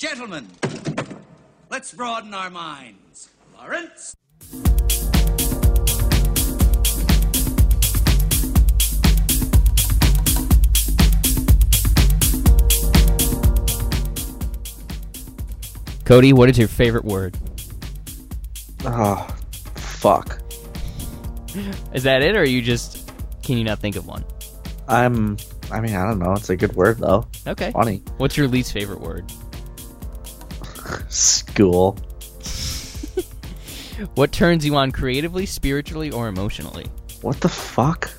Gentlemen, let's broaden our minds. Lawrence? Cody, what is your favorite word? Oh, fuck. Is that it, or are you just can you not think of one? I'm. I mean, I don't know. It's a good word though. Okay. Funny. What's your least favorite word? School. What turns you on creatively, spiritually, or emotionally? What the fuck?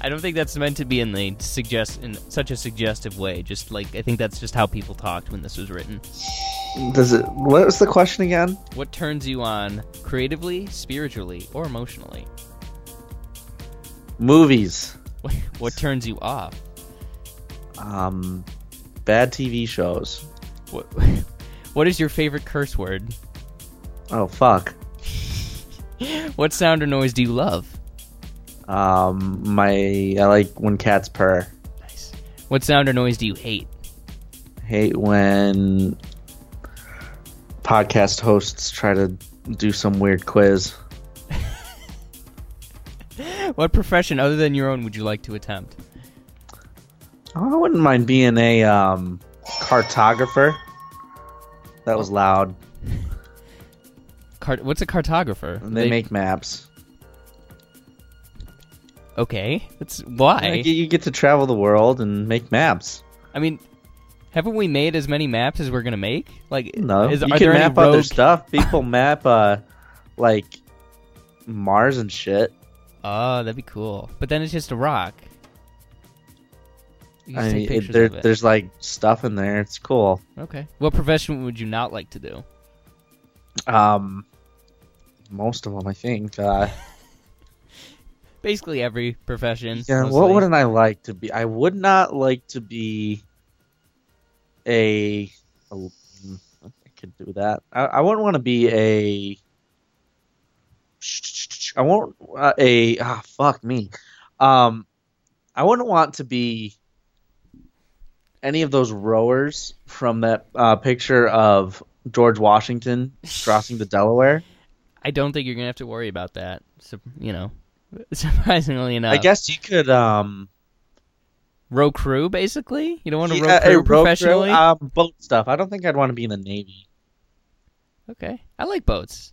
I don't think that's meant to be in the suggest in such a suggestive way. Just like I think that's just how people talked when this was written. Does it? What was the question again? What turns you on creatively, spiritually, or emotionally? Movies. What, what turns you off? Um, bad TV shows. What What is your favorite curse word? Oh fuck. What sound or noise do you love? Um, my I like when cats purr. Nice. What sound or noise do you hate? Hate when podcast hosts try to do some weird quiz. What profession other than your own would you like to attempt? Oh, I wouldn't mind being a um cartographer. That was loud. Cart- What's a cartographer? And they, make maps. okay. That's why. Like, you- you get to travel the world and make maps. I mean, haven't we made as many maps as we're gonna make? Like, No, is, you are can there any map other rogue- stuff. People map uh like Mars and shit. Oh, that'd be cool. But then it's just a rock. You just I take mean, it- pictures there, of it. there's like stuff in there. It's cool. Okay. What profession would you not like to do? Um, most of them, I think. Uh, Basically, every profession. yeah, what mostly. wouldn't I like to be? I would not like to be a. a I could do that. I, I wouldn't want to be a. I won't uh, a ah fuck me. Um, I wouldn't want to be any of those rowers from that uh, picture of George Washington crossing the Delaware. I don't think you're gonna have to worry about that. Sup- you know, surprisingly enough, I guess you could um row crew. Basically, you don't want to row yeah, a crew road crew, professionally. um, boat stuff. I don't think I'd want to be in the Navy. Okay, I like boats.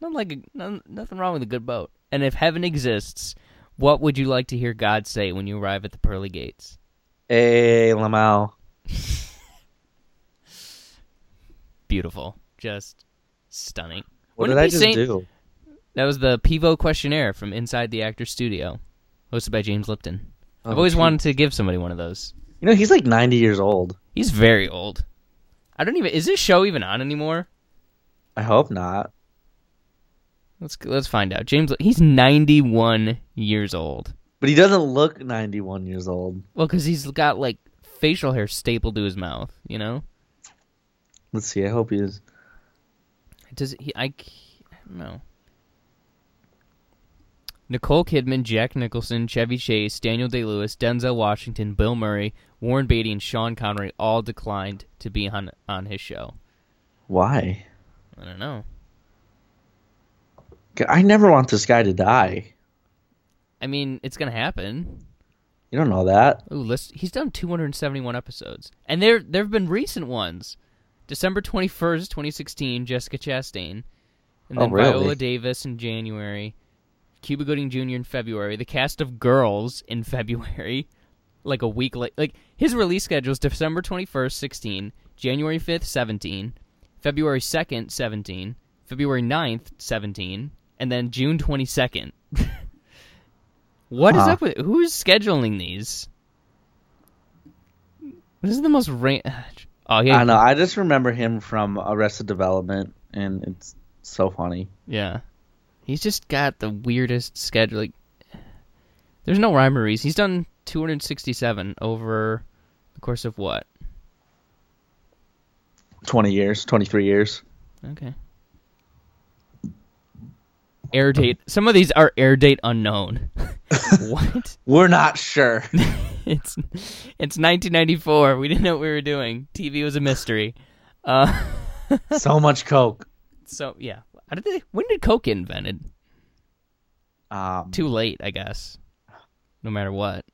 Nothing like a, none, nothing wrong with a good boat. And if heaven exists, what would you like to hear God say when you arrive at the pearly gates? Hey, Lamau. Beautiful, just stunning. What Wouldn't it did I be just Saint- do? That was the Pivo questionnaire from Inside the Actor Studio, hosted by James Lipton. I've Oh, always shoot. wanted to give somebody one of those. You know, he's like 90 years old. He's very old. I don't even. Is this show even on anymore? I hope not. Let's let's find out. James, he's ninety one years old. But he doesn't look 91 years old. Well, because he's got like facial hair stapled to his mouth. You know. Let's see. I hope he is. Does he? I, c- I don't know. Nicole Kidman, Jack Nicholson, Chevy Chase, Daniel Day Lewis, Denzel Washington, Bill Murray, Warren Beatty, and Sean Connery all declined to be on on his show. Why? I don't know. G- I never want this guy to die. I mean, it's gonna happen. You don't know that. Ooh, let's, he's done 271 episodes, and there there have been recent ones. December 21st, 2016, Jessica Chastain, and Oh, then really? Viola Davis in January, Cuba Gooding Jr. in February, the cast of Girls in February, like a week late. Like his release schedule is December 21st, 16, January 5th, 17, February 2nd, 17, February 9th, 17, and then June 22nd. What is Huh. up with who's scheduling these? This is the most ra- Oh I yeah, don't know. I just remember him from Arrested Development, and it's so funny. yeah. He's just got the weirdest schedule. Like, there's no rhyme or reason. He's done 267 over the course of what? 20 years, 23 years. Okay. Air date. Some of these are air date unknown. what? We're not sure. it's it's 1994. We didn't know what we were doing. TV was a mystery. Uh, so much coke. so yeah, How did they, when did Coke get invented? Um, Too late, I guess. No matter what.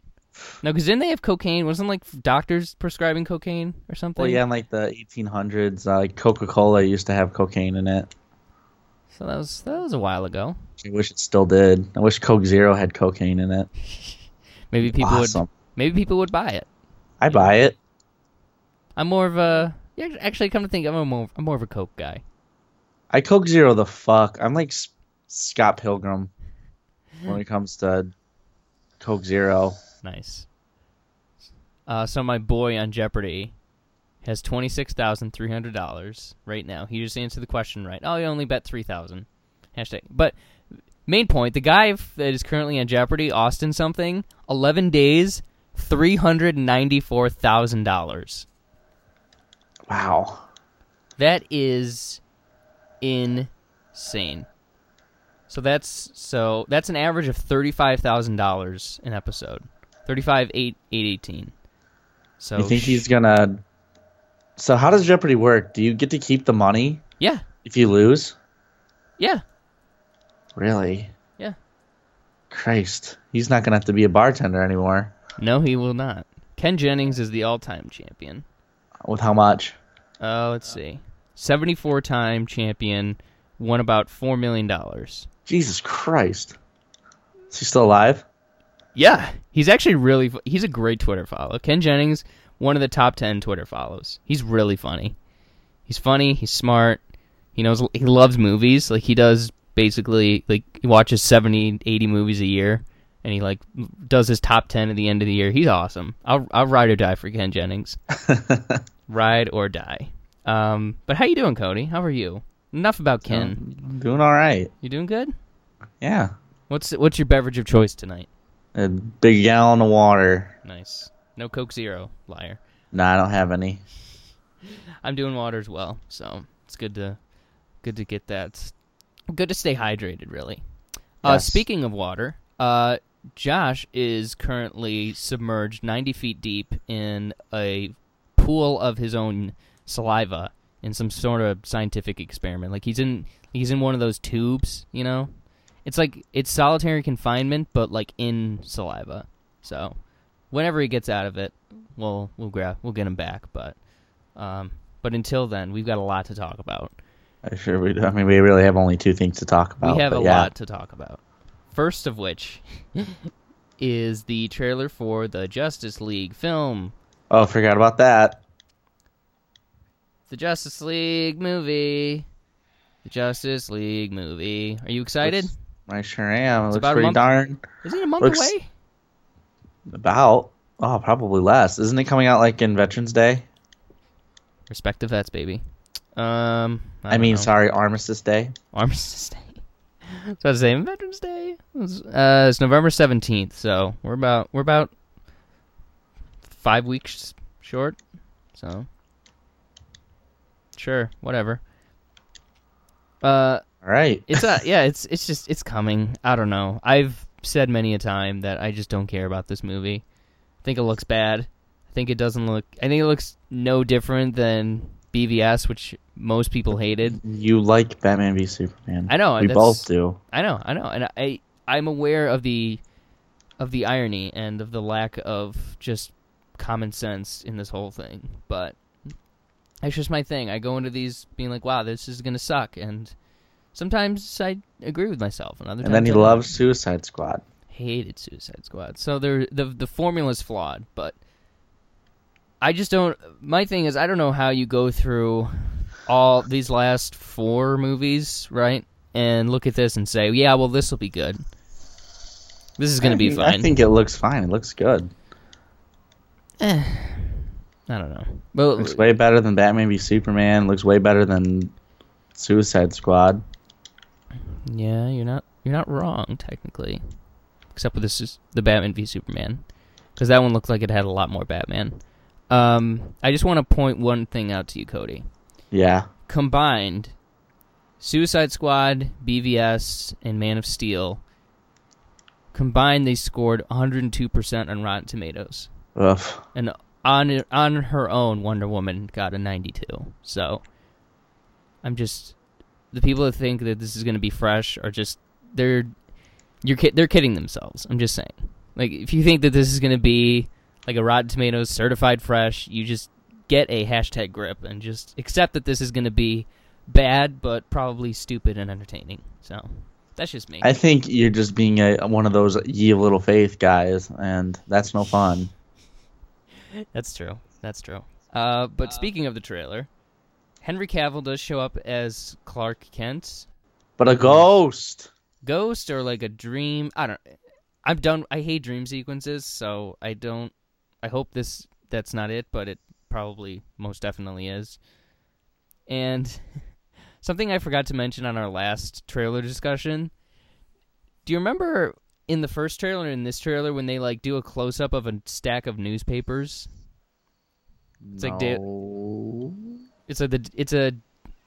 No, because didn't they have cocaine? Wasn't like doctors prescribing cocaine or something? well, yeah, in like the 1800s, uh, like Coca-Cola used to have cocaine in it. So that was that was a while ago. I wish it still did. I wish Coke Zero had cocaine in it. Maybe people Awesome. would maybe people would buy it. I buy it. I'm more of a yeah, actually come to think I'm a more I'm more of a Coke guy. I Coke Zero the fuck. I'm like S- Scott Pilgrim when it comes to Coke Zero. Nice. Uh, so my boy on Jeopardy has twenty six thousand three hundred dollars right now. He just answered the question right. Oh, he only bet three thousand. Hashtag. But main point: the guy f- that is currently on Jeopardy, Austin something, eleven days, three hundred ninety four thousand dollars. Wow. That is insane. So that's so that's an average of thirty five thousand dollars an episode. Thirty five eight eight eighteen. So Oh, You think he's gonna? So how does Jeopardy work? Do you get to keep the money Yeah. if you lose? Yeah. Really? Yeah. Christ, he's not gonna have to be a bartender anymore. No, he will not. Ken Jennings is the all time champion. With how much? Oh, let's see. Seventy four time champion won about four million dollars. Jesus Christ. Is he still alive? Yeah, he's actually really fu- he's a great Twitter follow. Ken Jennings, one of the top 10 Twitter follows. He's really funny. He's funny, he's smart. He knows he loves movies. Like he does basically like he watches 70, 80 movies a year and he like does his top 10 at the end of the year. He's awesome. I'll I'll ride or die for Ken Jennings. ride or die. Um but how you doing, Cody? How are you? Enough about Ken. I'm Um, doing all right. you doing good? Yeah. What's what's your beverage of choice tonight? A big gallon of water. Nice. No Coke Zero, liar. No, I don't have any. I'm doing water as well, so it's good to good to get that. It's good to stay hydrated, really. Uh, Yes. speaking of water, uh, Josh is currently submerged 90 feet deep in a pool of his own saliva in some sort of scientific experiment. Like he's in he's in one of those tubes, you know. It's like it's solitary confinement, but like in saliva. So whenever he gets out of it, we'll we'll grab we'll get him back. But um, but until then, we've got a lot to talk about. I sure we. I mean, we really have only two things to talk about. we have Oh, but a yeah. lot to talk about. First of which is the trailer for the Justice League film, Oh, forgot about that. the Justice League movie, the Justice League movie. Are you excited? Looks- I sure am. It looks about a pretty month- darn is it a month looks- away? about. Oh, probably less. Isn't it coming out like in Veterans Day? Respect the vets, baby. Um, I, I, don't mean, know. sorry, Armistice Day. Armistice Day. I was about to say Veterans Day. It was- uh, it's November seventeenth, so we're about we're about five weeks short. So sure, whatever. Uh, All right. it's uh yeah, it's it's just it's coming. I don't know. I've said many a time that I just don't care about this movie. I think it looks bad. I think it doesn't look. I think it looks no different than BVS, which most people hated. You like Batman v Superman? I know, We that's- both do. I know, I know, and I I'm aware of the of the irony and of the lack of just common sense in this whole thing, but it's just my thing. I go into these being like, "Wow, this is gonna suck," and sometimes I agree with myself, and other And then times he I don't. loves Suicide Squad. hated Suicide Squad. So there, the the formula's flawed, but I just don't. My thing is, I don't know how you go through all these last four movies, right? And look at this and say, yeah, well, this will be good. This is gonna be I- fine. I think it looks fine. It looks good. I don't know. Well, looks way better than Batman v Superman. Looks way better than Suicide Squad. yeah, you're not you're not wrong technically, except for this is the Batman v Superman, because that one looked like it had a lot more Batman. Um, I just want to point one thing out to you, Cody. Yeah. combined, Suicide Squad, BVS, and Man of Steel, combined they scored 102% on Rotten Tomatoes. Ugh. and on on her own, Wonder Woman got a 92. So I'm just the people that think that this is going to be fresh are just they're you're kid they're kidding themselves. I'm just saying. Like if you think that this is going to be like a Rotten Tomatoes certified fresh, you just get a hashtag grip and just accept that this is going to be bad but probably stupid and entertaining. So that's just me. I think you're just being a one of those ye of little faith guys, and that's no fun. That's true. That's true. Uh, but speaking of the trailer, Henry Cavill does show up as Clark Kent, But a ghost. ghost or like a dream. I don't. I'm done. I hate dream sequences, so I don't. I hope this that's not it, but it probably most definitely is. And something I forgot to mention on our last trailer discussion. Do you remember in the first trailer and in this trailer when they like do a close up of a stack of newspapers? It's like da- no. it's a the it's a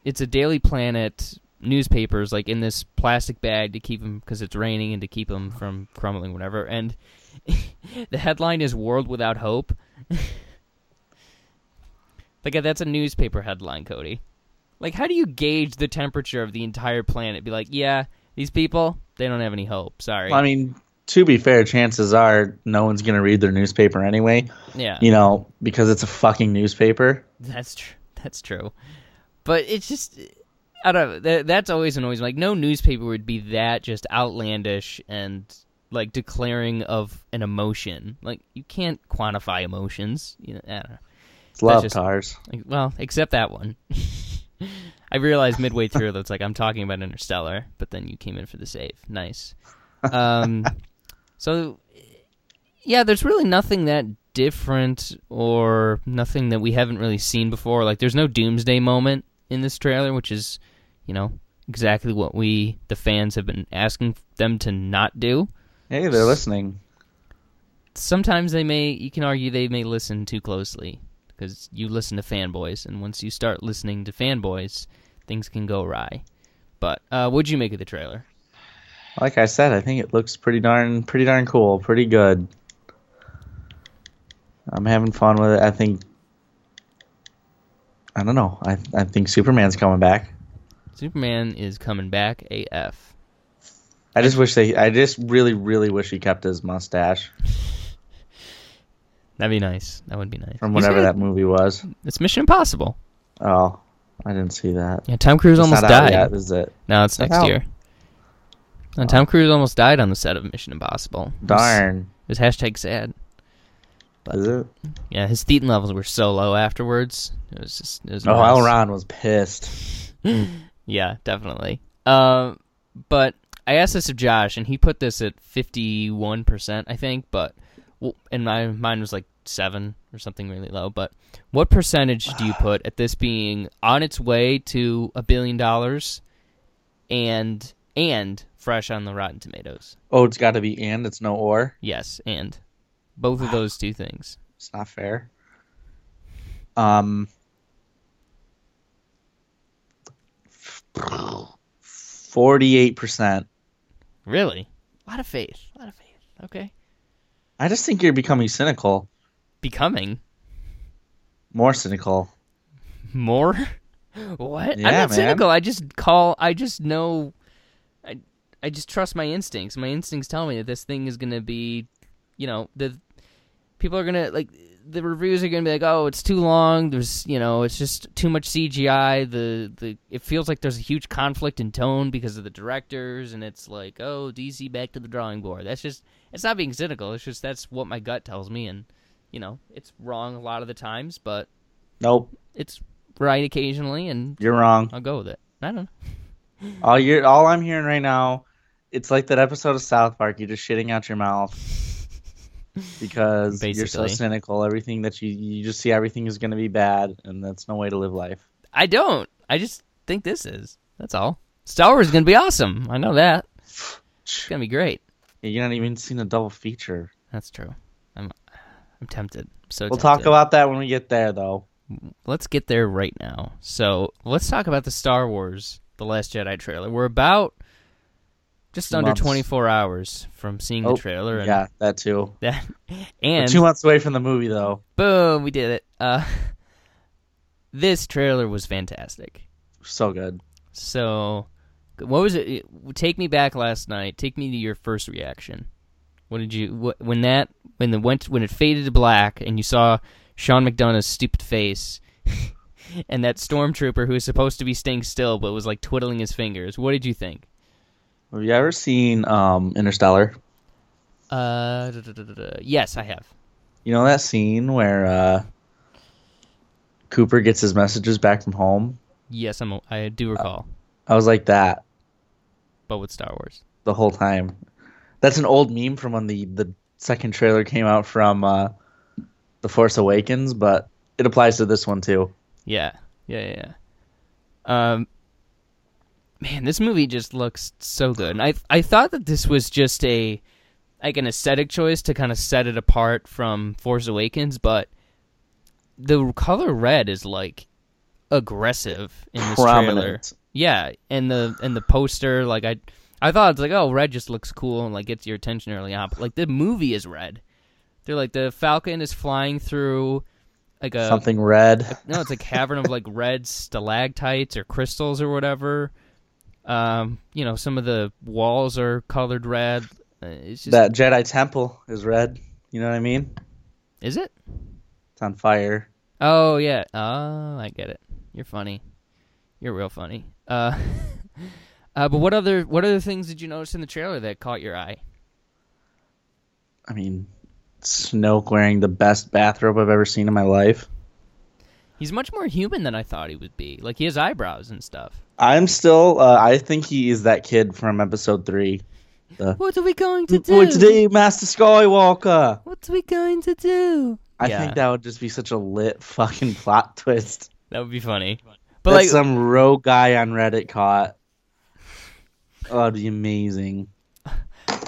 it's a Daily Planet newspapers like in this plastic bag to keep them because it's raining and to keep them from crumbling whatever and the headline is world without hope like that's a newspaper headline cody like how do you gauge the temperature of the entire planet be like yeah these people they don't have any hope sorry I mean, to be fair, chances are no one's gonna read their newspaper anyway. yeah You know, because it's a fucking newspaper. That's true. That's true. But it's just I don't know. That, that's always annoys me. Like no newspaper would be that just outlandish and like declaring of an emotion. Like you can't quantify emotions. You know, I don't know. It's love just- tars. Like, well, except that one. I realized midway through that's like I'm talking about Interstellar, but then you came in for the save. Nice. Um, so yeah, there's really nothing that different or nothing that we haven't really seen before. Like there's no doomsday moment in this trailer, which is, you know, exactly what we the fans have been asking them to not do Hey, they're listening. sometimes they may you can argue they may listen too closely because you listen to fanboys and once you start listening to fanboys things can go awry but uh what'd you make of the trailer Like I said, I think it looks pretty darn, pretty darn cool, pretty good. I'm having fun with it. I think. I don't know. I I think Superman's coming back. superman is coming back af I just wish they. I just really, really wish he kept his mustache that'd be nice that would be nice from He's whatever gonna- that movie was. it's mission impossible Oh, I didn't see that. yeah tom cruise It's almost not out died yet, is it? no it's Not next out. Oh. year and tom cruise almost died on the set of mission impossible It was- Darn. it was hashtag sad Is it? yeah his thetan levels were so low afterwards it was just it was Oh, nuts. Al Ron was pissed. Yeah, definitely. Um, but I asked this of Josh, and he put this at fifty-one percent, I think. But w- and my mine was like seven or something really low. But what percentage do you put at this being on its way to a billion dollars, and and fresh on the Rotten Tomatoes? Oh, it's got to be and. It's no or. Yes, and both of those two things. It's not fair. Um. Forty-eight percent. Really, a lot of faith, a lot of faith. Okay, I just think you're becoming cynical, becoming more cynical. More? What? Yeah, I'm not man. cynical. I just call. I just know. I I just trust my instincts. My instincts tell me that this thing is gonna be, you know, the people are gonna like the reviews are gonna be like, oh, it's too long. There's you know, it's just too much CGI. The the it feels like there's a huge conflict in tone because of the directors, and it's like, oh, DC back to the drawing board. That's just it's not being cynical. It's just that's what my gut tells me, and you know, it's wrong a lot of the times, but Nope, it's right occasionally, and you're wrong. I'll go with it. I don't know. All you're, all I'm hearing right now, it's like that episode of South Park. You're just shitting out your mouth because you're so Basically. cynical. Everything that you you just see everything is going to be bad, and that's no way to live life. I don't. I just think this is. That's all. Star Wars is gonna be awesome. I know that. It's gonna be great. You're not even seeing a double feature. That's true. I'm. I'm tempted. I'm so We'll tempted. talk about that when we get there, though. Let's get there right now. So let's talk about the Star Wars: The Last Jedi trailer. We're about Just under months. 24 hours from seeing Oh, the trailer. And Yeah, that too. That, We're and two months away from the movie though. boom, we did it. Uh, this trailer was fantastic. So good. So, what was it? Take me back last night. Take me to your first reaction. What did you what, when that when the went when it faded to black and you saw Sean McDonough's stupid face and that stormtrooper who was supposed to be staying still but was like twiddling his fingers. What did you think? Have you ever seen um, Interstellar? Uh, da- da- da- da- da. yes, I have. You know that scene where uh, Cooper gets his messages back from home? Yes, I'm. a- I do recall, I was like that but with Star Wars. the whole time. That's an old meme from when the, the second trailer came out from uh, The Force Awakens, but it applies to this one too. Yeah, yeah, yeah. yeah. Um, man, this movie just looks so good. And I I thought that this was just a like an aesthetic choice to kind of set it apart from Force Awakens, but the color red is like aggressive in this trailer. Prominent. Yeah, and the and the poster, like I I thought it's like oh red just looks cool and like gets your attention early on, but like the movie is red. They're like the Falcon is flying through like a Something red. no, it's a cavern of like red stalactites or crystals or whatever. Um, you know, some of the walls are colored red. Uh, It's just That Jedi Temple is red. You know what I mean? is it? It's on fire. Oh yeah. Oh, I get it. You're funny. You're real funny. Uh, uh, but what other what other things did you notice in the trailer that caught your eye? I mean, Snoke wearing the best bathrobe I've ever seen in my life. He's much more human than I thought he would be. Like he has eyebrows and stuff. I'm still. Uh, I think he is that kid from Episode Three. What are we going to do? What today, Master Skywalker? What are we going to do? I Yeah. think that would just be such a lit fucking plot twist. That would be funny. But But like, some rogue guy on Reddit caught. Oh, it'd be amazing.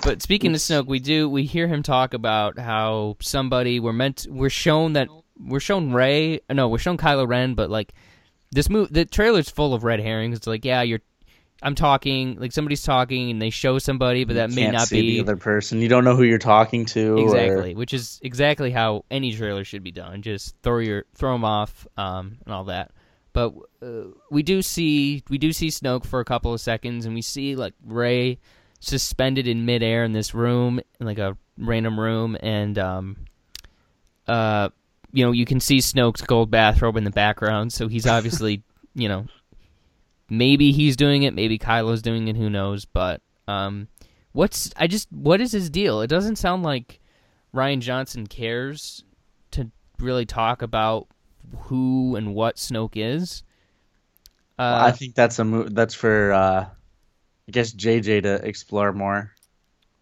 But speaking of Snoke, we do we hear him talk about how somebody we're meant we're shown that we're shown Ray no we're shown Kylo Ren, but like this move the trailer's full of red herrings. It's like yeah you're I'm talking like somebody's talking and they show somebody, but that You may can't not see be the other person. You don't know who you're talking to. or- exactly which is exactly how any trailer should be done. Just throw your throw them off um, and all that. But uh, we do see we do see Snoke for a couple of seconds, and we see like Ray suspended in midair in this room, in like a random room, and um, uh, you know, you can see Snoke's gold bathrobe in the background, so he's obviously, you know, maybe he's doing it, maybe Kylo's doing it, who knows? But um, what's I just what is his deal? It doesn't sound like Ryan Johnson cares to really talk about who and what Snoke is. I Uh, think that's a mo- that's for uh, I guess JJ to explore more.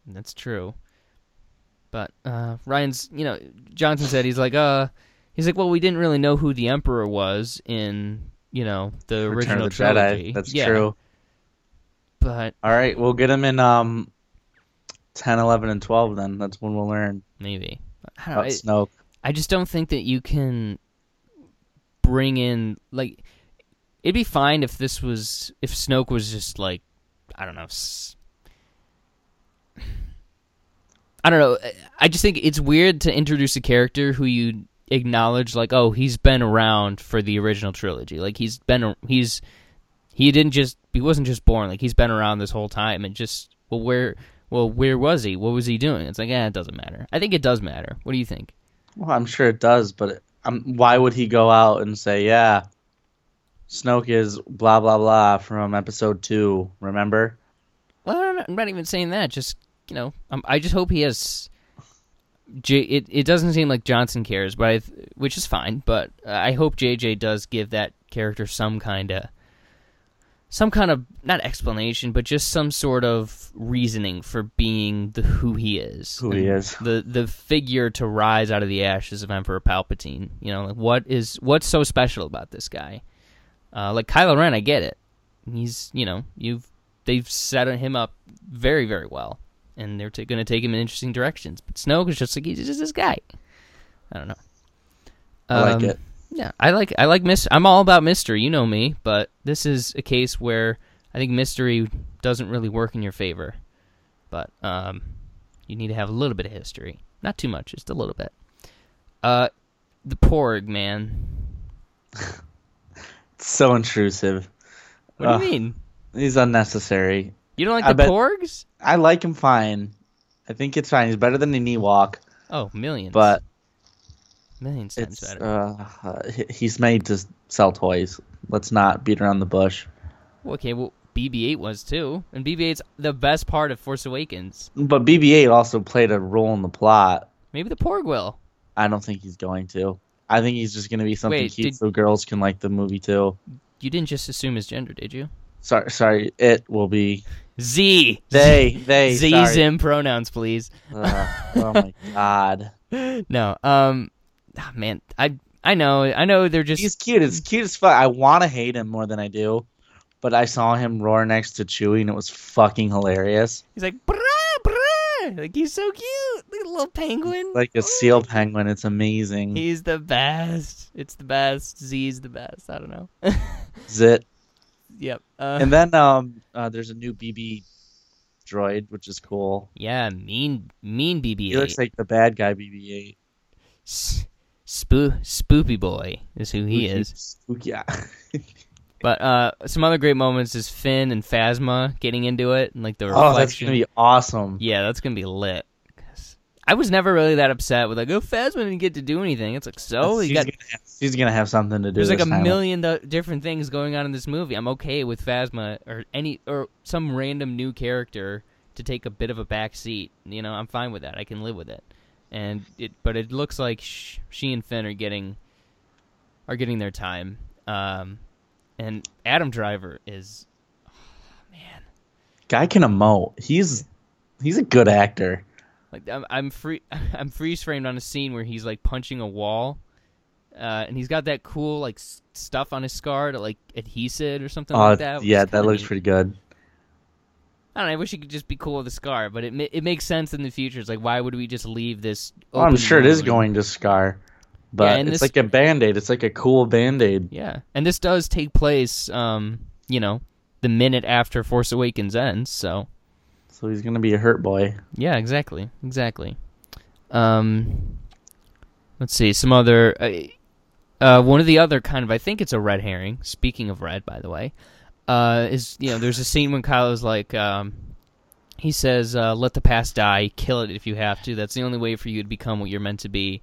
That's true. But uh, Ryan's, you know, Johnson said he's like, uh, he's like, well, we didn't really know who the Emperor was in, you know, the Return original of the Jedi. trilogy. That's Yeah, true. But All right, we'll get him in um 10, 11 and 12 then. That's when we'll learn maybe I, don't know, about I- Snoke. I just don't think that you can bring in like it'd be fine if this was if Snoke was just like I don't know. s- I don't know. I- I just think it's weird to introduce a character who you acknowledge like oh he's been around for the original trilogy. Like he's been he's he didn't just he wasn't just born like he's been around this whole time and just well where well where was he? What was he doing? It's like eh it doesn't matter. I think it does matter. What do you think? Well, I'm sure it does, but it, um, why would he go out and say, "Yeah, Snoke is blah blah blah from episode 2, remember?" Well, I'm not, I'm not even saying that. Just you know, um, I just hope he has. J- it it doesn't seem like Johnson cares, but I, th- which is fine. But uh, I hope JJ does give that character some kind of, some kind of not explanation, but just some sort of reasoning for being the who he is, Who he and is. the the figure to rise out of the ashes of Emperor Palpatine. You know, like what is what's so special about this guy? Uh, like Kylo Ren, I get it. He's you know you've they've set him up very very well, and they're t- going to take him in interesting directions. But Snoke is just like he's just this guy. I don't know. I like Um, it. Yeah, I like I like mis- I'm all about mystery. You know me, but this is a case where I think mystery doesn't really work in your favor. but um, you need to have a little bit of history, not too much, just a little bit. Uh, the Porg man. It's so intrusive. What do Ugh. you mean? He's unnecessary. You don't like I the bet- Porgs? I like him fine. I think it's fine. He's better than an Ewok, Oh, millions. but millions times it's better. uh, uh, he- he's made to s- sell toys. Let's not beat around the bush. okay, well BB-8 was too, and BB-8's the best part of Force Awakens. But BB-8 also played a role in the plot. Maybe the Porg will. I don't think he's going to. I think he's just going to be something Wait, cute did- so girls can like the movie too. You didn't just assume his gender, did you? Sorry, sorry. It will be Z. they. They. Z sorry. Zim pronouns, please. Ugh, oh my god. No. Um. ah, man, I I know I know they're just He's cute. It's cute as fuck. I want to hate him more than I do, but I saw him roar next to Chewie and it was fucking hilarious. he's like brah brah like he's so cute like a little penguin Like a seal penguin. It's amazing. He's the best. It's the best. Z's the best. I don't know. Zit. yep. Uh, And then um, uh, there's a new BB droid, which is cool. yeah, mean mean BB-8. He looks like the bad guy BB-8. S- Spoo spoopy boy is who he is. Yeah. But uh, some other great moments is Finn and Phasma getting into it and like the oh, that's reflection. gonna be awesome. yeah, that's gonna be lit. 'Cause I was never really that upset with like, oh, Phasma didn't get to do anything. It's like so he's Oh, he got. gonna have, she's gonna have something to do. There's like a this time. million do- different things going on in this movie. I'm okay with Phasma or any or some random new character to take a bit of a back seat. You know, I'm fine with that. I can live with it. And it, but it looks like sh- she and Finn are getting are getting their time. Um, and Adam Driver is, man, Guy can emote. He's he's a good actor. like I'm, I'm free. I'm freeze framed on a scene where he's like punching a wall. Uh, and he's got that cool like s- stuff on his scar to like adhesive or something Uh, like Oh, that. which yeah, is that kinda looks neat. pretty good. I don't know. I wish it could just be cool with a scar, but it ma- it makes sense in the future. It's like, why would we just leave this? Well, I'm open sure it is wound? going to scar, but and it's this- like a band aid. It's like a cool band aid. Yeah, and this does take place, um, you know, the minute after Force Awakens ends. So So he's gonna be a hurt boy. yeah, exactly, exactly. Um, let's see some other. Uh, uh, one of the other kind of, I think it's a red herring. Speaking of red, by the way, uh, is you know, there's a scene when Kyle is like, um, he says, uh, "Let the past die, kill it if you have to. That's the only way for you to become what you're meant to be."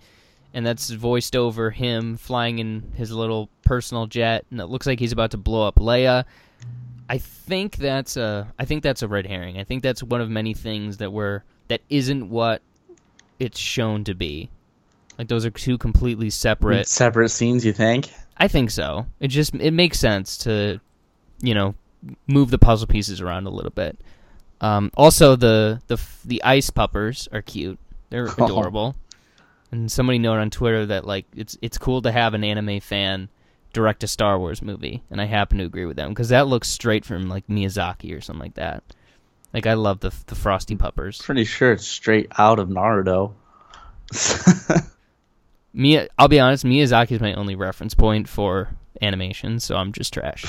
And that's voiced over him flying in his little personal jet, and it looks like he's about to blow up Leia. I think that's a, I think that's a red herring. I think that's one of many things that were that isn't what it's shown to be. Like those are two completely separate Separate scenes, you think? I think so. It just it makes sense to, you know, move the puzzle pieces around a little bit. Um, also, the the f- the ice puppers are cute. They're Oh. adorable. And somebody noted on Twitter that like it's it's cool to have an anime fan direct a Star Wars movie, and I happen to agree with them because that looks straight from like Miyazaki or something like that. Like I love the the frosty puppers. Pretty sure it's straight out of Naruto. Mia, I'll be honest, Miyazaki is my only reference point for animation, so I'm just trash.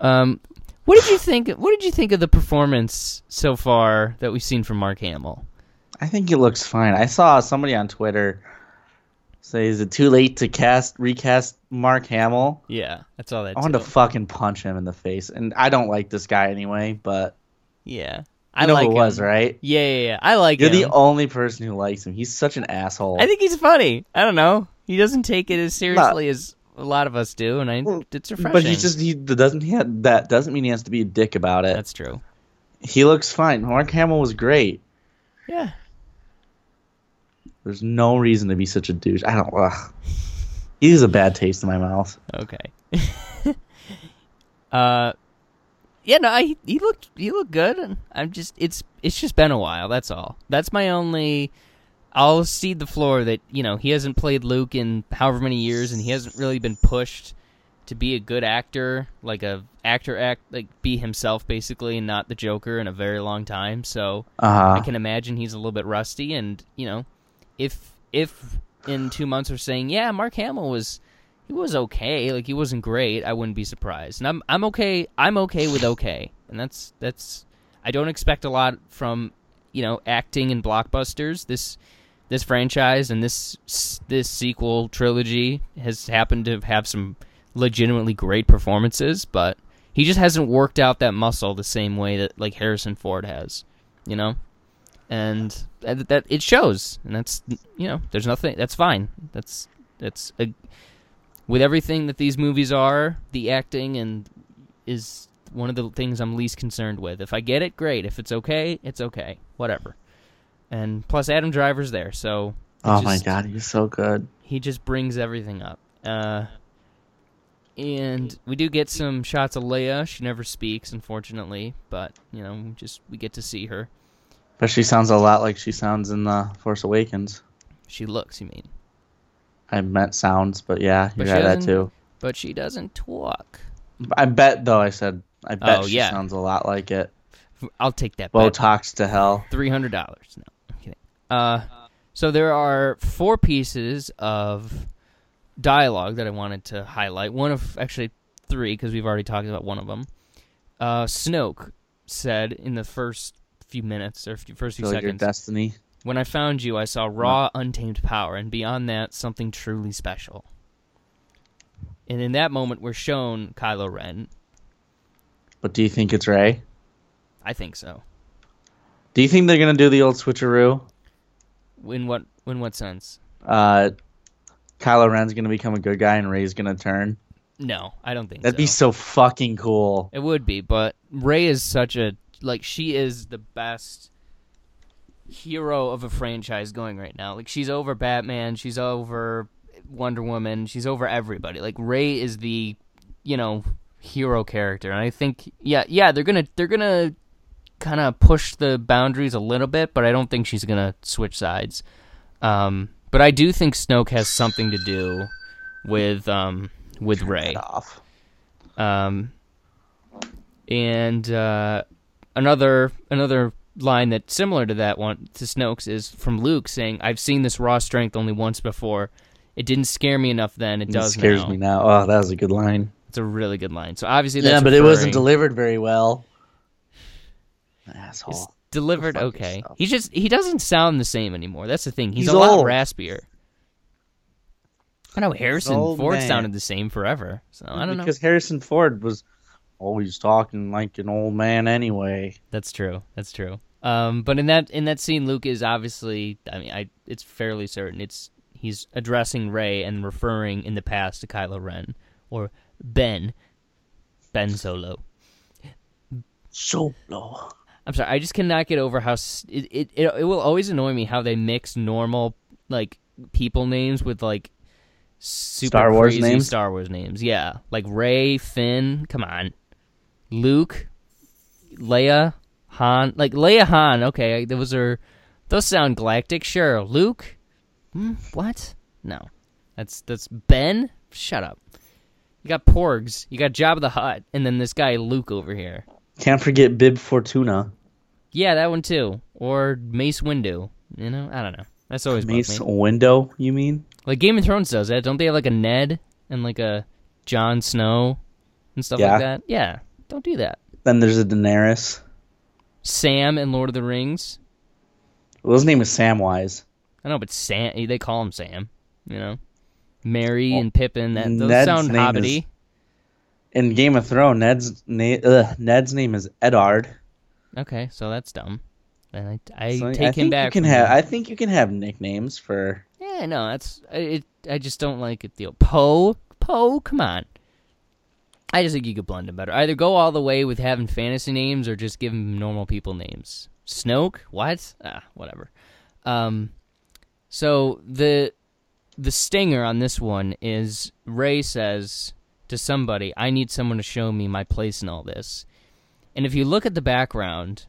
Um, what did you think? What did you think of the performance so far that we've seen from Mark Hamill? I think it looks fine. I saw somebody on Twitter say, "Is it too late to cast recast Mark Hamill?" Yeah, that's all that. I wanted to fucking punch him in the face, and I don't like this guy anyway. But yeah, I I know like it was him. right. Yeah, yeah, yeah. I like You're him. the only person who likes him. He's such an asshole. I think he's funny. I don't know. He doesn't take it as seriously as a lot of us do, and I Well, it's refreshing. Mm. but he just he doesn't he had, that doesn't mean he has to be a dick about it. that's true. he looks fine. Mark Hamill was great. Yeah, There's no reason to be such a douche. I don't. Ugh. He has a bad taste in my mouth. Okay. uh, yeah, no, I, he looked he looked good. I'm just it's it's just been a while. That's all. That's my only. I'll cede the floor that you know he hasn't played Luke in however many years, and he hasn't really been pushed to be a good actor, like a actor act, like be himself basically, and not the Joker in a very long time. So Uh I can imagine he's a little bit rusty, and you know, if if in two months we're saying, yeah, Mark Hamill was he was okay, like he wasn't great, I wouldn't be surprised. And I'm I'm okay, I'm okay with okay, and that's that's I don't expect a lot from you know acting in blockbusters. This this franchise and this this sequel trilogy has happened to have some legitimately great performances, but he just hasn't worked out that muscle the same way that like Harrison Ford has, you know. And that, that it shows, and that's you know, there's nothing that's fine. That's that's a, with everything that these movies are, the acting and is one of the things I'm least concerned with. If I get it, great. If it's okay, it's okay. Whatever. And plus, Adam Driver's there, so it Oh my just- god, he's so good. he just brings everything up. Uh, and we do get some shots of Leia. She never speaks, unfortunately, but you know, we just we get to see her. But she sounds a lot like she sounds in the Force Awakens. She looks, you mean, I meant sounds, but yeah, you But got she that doesn't- too. but she doesn't talk. I bet though. I said I bet Oh, she yeah. sounds a lot like it. I'll take that. bet. Botox to hell. Three hundred dollars. No, I'm kidding. Uh, so there are four pieces of dialogue that I wanted to highlight. One of actually three because we've already talked about one of them. Uh, Snoke said in the first few minutes or few, first few Feel like your seconds, destiny. "When I found you, I saw raw, untamed power, and beyond that, something truly special." And in that moment, we're shown Kylo Ren. But do you think it's Ray? I think so. Do you think they're gonna do the old switcheroo? In what in what sense? Uh, Kylo Ren's gonna become a good guy and Ray's gonna turn. No, I don't think That'd so. be so fucking cool. It would be, but Ray is such a like she is the best hero of a franchise going right now. Like she's over Batman, she's over Wonder Woman, she's over everybody. Like Ray is the, you know, hero character. And I think yeah, yeah, they're going to they're going to kind of push the boundaries a little bit, but I don't think she's going to switch sides. Um but I do think Snoke has something to do with um with Ray. Off. Um, and uh, another another line that's similar to that one to Snoke's is from Luke saying, "I've seen this raw strength only once before. It didn't scare me enough then. It It does scares now." me now. Oh, that was a good line. It's a really good line. So obviously, that's Yeah, but it wasn't referring- delivered very well. Asshole. It's delivered Go fuck okay. yourself. He just he doesn't sound the same anymore. That's the thing. He's, He's a lot old. raspier. I know Harrison old Ford man. sounded the same forever. So I don't know. because Harrison Ford was always talking like an old man anyway. That's true. That's true. Um, but in that in that scene, Luke is obviously. I mean, I it's fairly certain it's he's addressing Ray and referring in the past to Kylo Ren or Ben, Ben Solo. So low. I'm sorry, I just cannot get over how s- it it it, it will always annoy me how they mix normal like people names with like super Star Wars crazy names? Star Wars names. Yeah, like Ray, Finn. Come on, Luke, Leia, Han. Like Leia Han. Okay, those are those sound galactic. Sure, Luke. Hmm, what? No, that's that's Ben. Shut up. You got Porgs. You got Job the Hutt, and then this guy Luke over here. Can't forget Bib Fortuna. Yeah, that one too. Or Mace Windu. You know, I don't know. That's always bugged Mace me. Window, you mean? Like Game of Thrones does that. Don't they have like a Ned and like a Jon Snow and stuff Yeah. like that? Yeah. Don't do that. Then there's a Daenerys. Sam in Lord of the Rings. Well, his name is Samwise. I know, but Sam eh, they call him Sam. You know, Mary and Pippin. That those Ned's sound name is- hobbity. In Game of Thrones, Ned's na- ugh, Ned's name is Edard. Okay, so that's dumb. And I, I So take I him think back. You can from have. that. I think you can have nicknames for. Yeah, no, that's I- it. I just don't like it. The Poe, Poe, come on. I just think you could blend them better. Either go all the way with having fantasy names, or just give them normal people names. Snoke, what? Ah, whatever. Um, so the the stinger on this one is Ray says to somebody, "I need someone to show me my place in all this." And if you look at the background,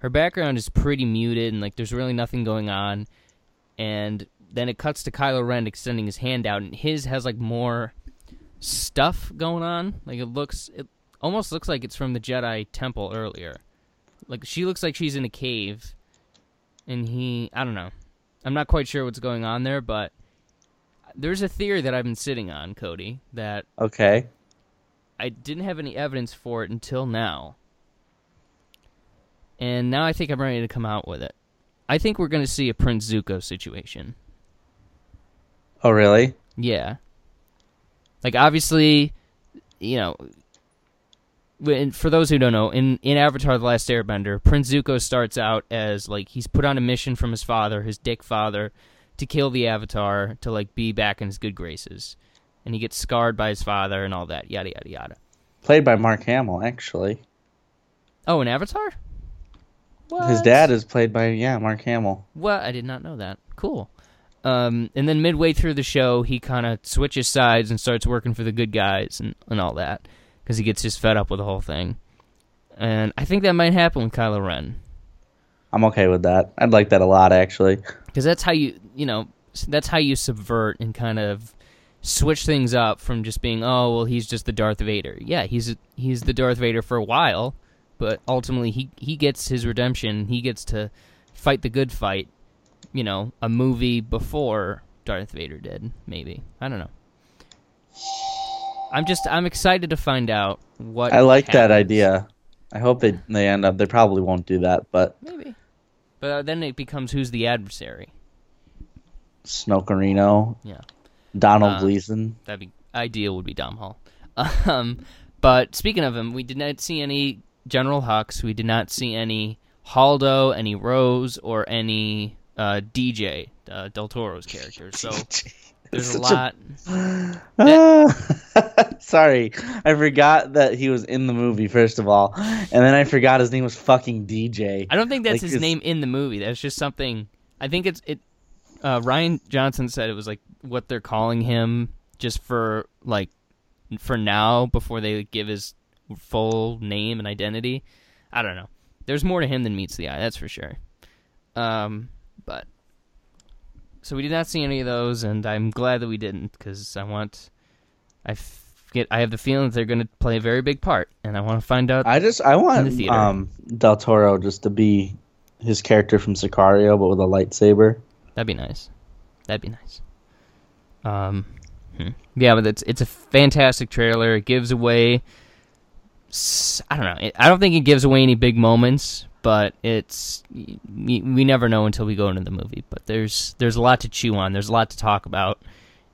her background is pretty muted, and like there's really nothing going on and then it cuts to Kylo Ren extending his hand out, and his has like more stuff going on. Like it looks, it almost looks like it's from the Jedi Temple earlier. Like she looks like she's in a cave, and he, I don't know, I'm not quite sure what's going on there, but there's a theory that I've been sitting on, Cody, that Okay. I didn't have any evidence for it until now. And now I think I'm ready to come out with it. I think we're going to see a Prince Zuko situation. Oh, really? Yeah. Like obviously, you know, and for those who don't know, in in Avatar: The Last Airbender, Prince Zuko starts out as like he's put on a mission from his father, his dick father, to kill the Avatar to like be back in his good graces, and he gets scarred by his father and all that, yada yada yada. Played by Mark Hamill, actually. Oh, an Avatar? His What? dad is played by yeah Mark Hamill. Well, I did not know that. Cool. Um, and then midway through the show, he kind of switches sides and starts working for the good guys and, and all that because he gets just fed up with the whole thing. And I think that might happen with Kylo Ren I'm okay with that. I'd like that a lot, actually. because that's how you, you know, s- that's how you subvert and kind of switch things up from just being, oh, well, he's just the Darth Vader. Yeah, he's he's the Darth Vader for a while, but ultimately he he gets his redemption. He gets to fight the good fight. You know, a movie before Darth Vader did. Maybe I don't know. I'm just I'm excited to find out what. I like that happens. idea. I hope they they end up. They probably won't do that, but Maybe, but uh, then it becomes who's the adversary. Snokerino, Yeah. Donald Uh, Gleason. that'd be ideal would be Dom Hall. Um, but speaking of him, we did not see any General Hux. We did not see any Haldo, any Rose, or any uh, DJ uh, Del Toro's character. So there's a Such a- lot. Ah. Sorry, I forgot that he was in the movie first of all, and then I forgot his name was fucking DJ. I don't think that's like his his- name in the movie. That's just something. I think it's it. Uh, Ryan Johnson said it was like what they're calling him just for like for now before they give his full name and identity. I don't know. There's more to him than meets the eye, that's for sure. Um, but so we did not see any of those, and I'm glad that we didn't because I want. I f- get. I have the feeling that they're going to play a very big part, and I want to find out. I just I In the want theater. um Del Toro just to be his character from Sicario, but with a lightsaber. That'd be nice. That'd be nice. Um, hmm. yeah, but it's it's a fantastic trailer. It gives away. s- I don't know. It, I don't think it gives away any big moments, but it's y- y- we never know until we go into the movie. But there's there's a lot to chew on. There's a lot to talk about,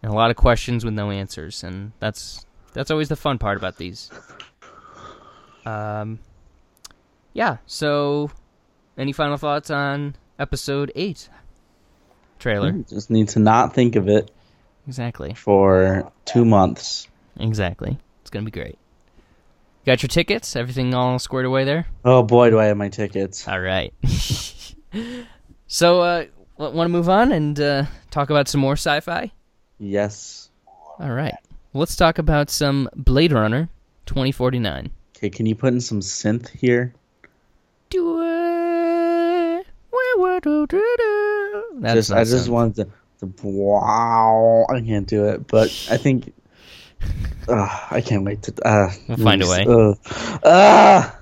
and a lot of questions with no answers, and that's that's always the fun part about these. Um, yeah. So, any final thoughts on episode eight trailer? Just need to not think of it Exactly. for two months. Exactly. It's gonna be great. Got your tickets? Everything all squared away there? Oh boy, do I have my tickets. All right. so, uh, want to move on and uh, talk about some more sci-fi? Yes. All right. Let's talk about some Blade Runner 2049. Okay, can you put in some synth here? Do it. Wah, wah, do, do, do. That's just not I just sound. wanted to, to wow. I can't do it, but I think Ugh, I can't wait to. Uh, We'll find a way. Ugh. Ah!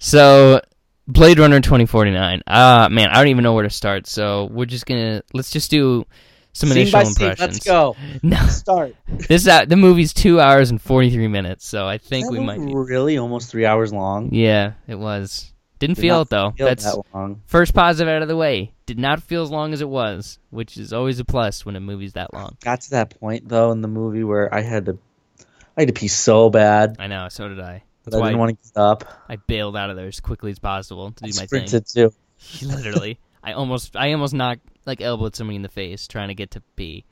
So, Blade Runner 2049. Ah, man, I don't even know where to start. So we're just gonna let's just do some Scene initial by scene. impressions. Let's go. No. Start. this uh, the movie's two hours and forty three minutes, so I think That we was might. Be... really almost three hours long. Yeah, it was. Didn't Did feel not it though. feel That's that long. first positive out of the way. Did not feel as long as it was, which is always a plus when a movie's that long. Got to that point though in the movie where I had to, I had to pee so bad. I know. So did I. that That's I why I, didn't want to get up. I bailed out of there as quickly as possible to do my thing. Sprinted too. Literally, I almost I almost knocked like elbowed somebody in the face trying to get to pee,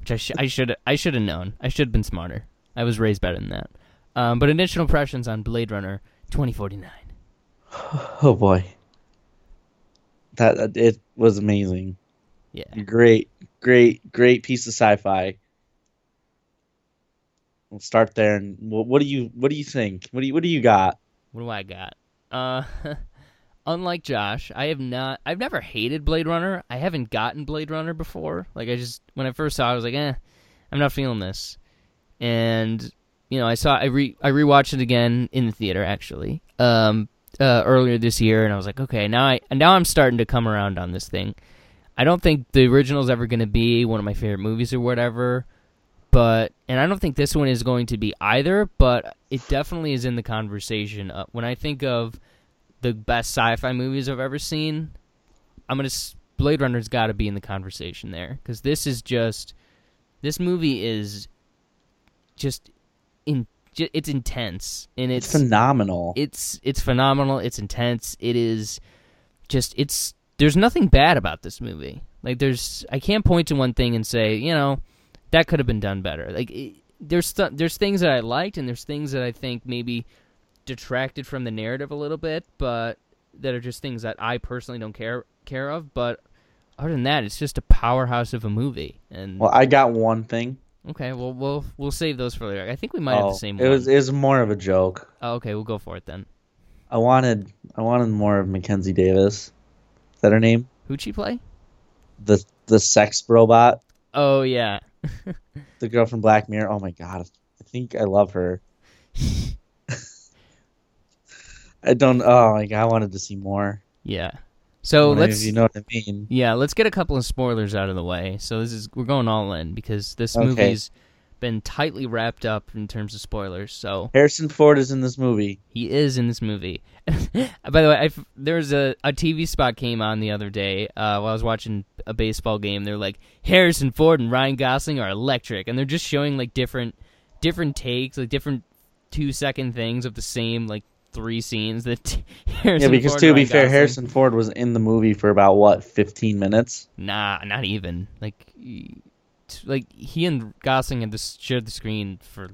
which I should I should I should have known. I should have been smarter. I was raised better than that. Um, but initial impressions on Blade Runner 2049. Oh boy, that that- it was amazing. Yeah. Great, great, great piece of sci-fi. We'll start there. And what, what do you what do you think? What do you what do you got? What do I got? Uh, unlike Josh, I have not. I've never hated Blade Runner. I haven't gotten Blade Runner before. Like I just when I first saw, it, I was like, eh, I'm not feeling this. And you know, I saw I re I rewatched it again in the theater actually. Um, uh, earlier this year, and I was like, okay, now I now I'm starting to come around on this thing. I don't think the original's ever going to be one of my favorite movies or whatever, but and I don't think this one is going to be either, but it definitely is in the conversation. Uh, when I think of the best sci-fi movies I've ever seen, I'm gonna s- Blade Runner's got to be in the conversation there because this is just this movie is just in ju- it's intense and It's it's phenomenal. it's it's phenomenal. It's intense. It is just it's there's nothing bad about this movie. Like there's I can't point to one thing and say you know that could have been done better. Like it, there's th- there's things that I liked and there's things that I think maybe detracted from the narrative a little bit, but that are just things that I personally don't care care of. But other than that, it's just a powerhouse of a movie. And well, I got one thing. okay, well we'll we'll save those for later. I think we might have Oh, the same it one. was it was more of a joke. oh, okay, we'll go for it then. I wanted I wanted more of Mackenzie Davis. Is that her name? Who'd she play? The the sex robot, Oh yeah. the girl from Black Mirror. Oh my god, I think I love her. I don't. Oh my god, I wanted to see more. Yeah. So If let's you know what I mean. yeah, let's get a couple of spoilers out of the way. So this is we're going all in because this Okay. movie's been tightly wrapped up in terms of spoilers. So Harrison Ford is in this movie. he is in this movie. By the way, I f- there was a, a TV spot came on the other day uh, while I was watching a baseball game. They're like Harrison Ford and Ryan Gosling are electric, and they're just showing like different different takes, like different two second things of the same like three scenes that Yeah, Harrison because Ford and to be Ryan fair, Gosling- Harrison Ford was in the movie for about what fifteen minutes. Nah, not even. Like, y- t- like he and Gosling had to s- share the screen for,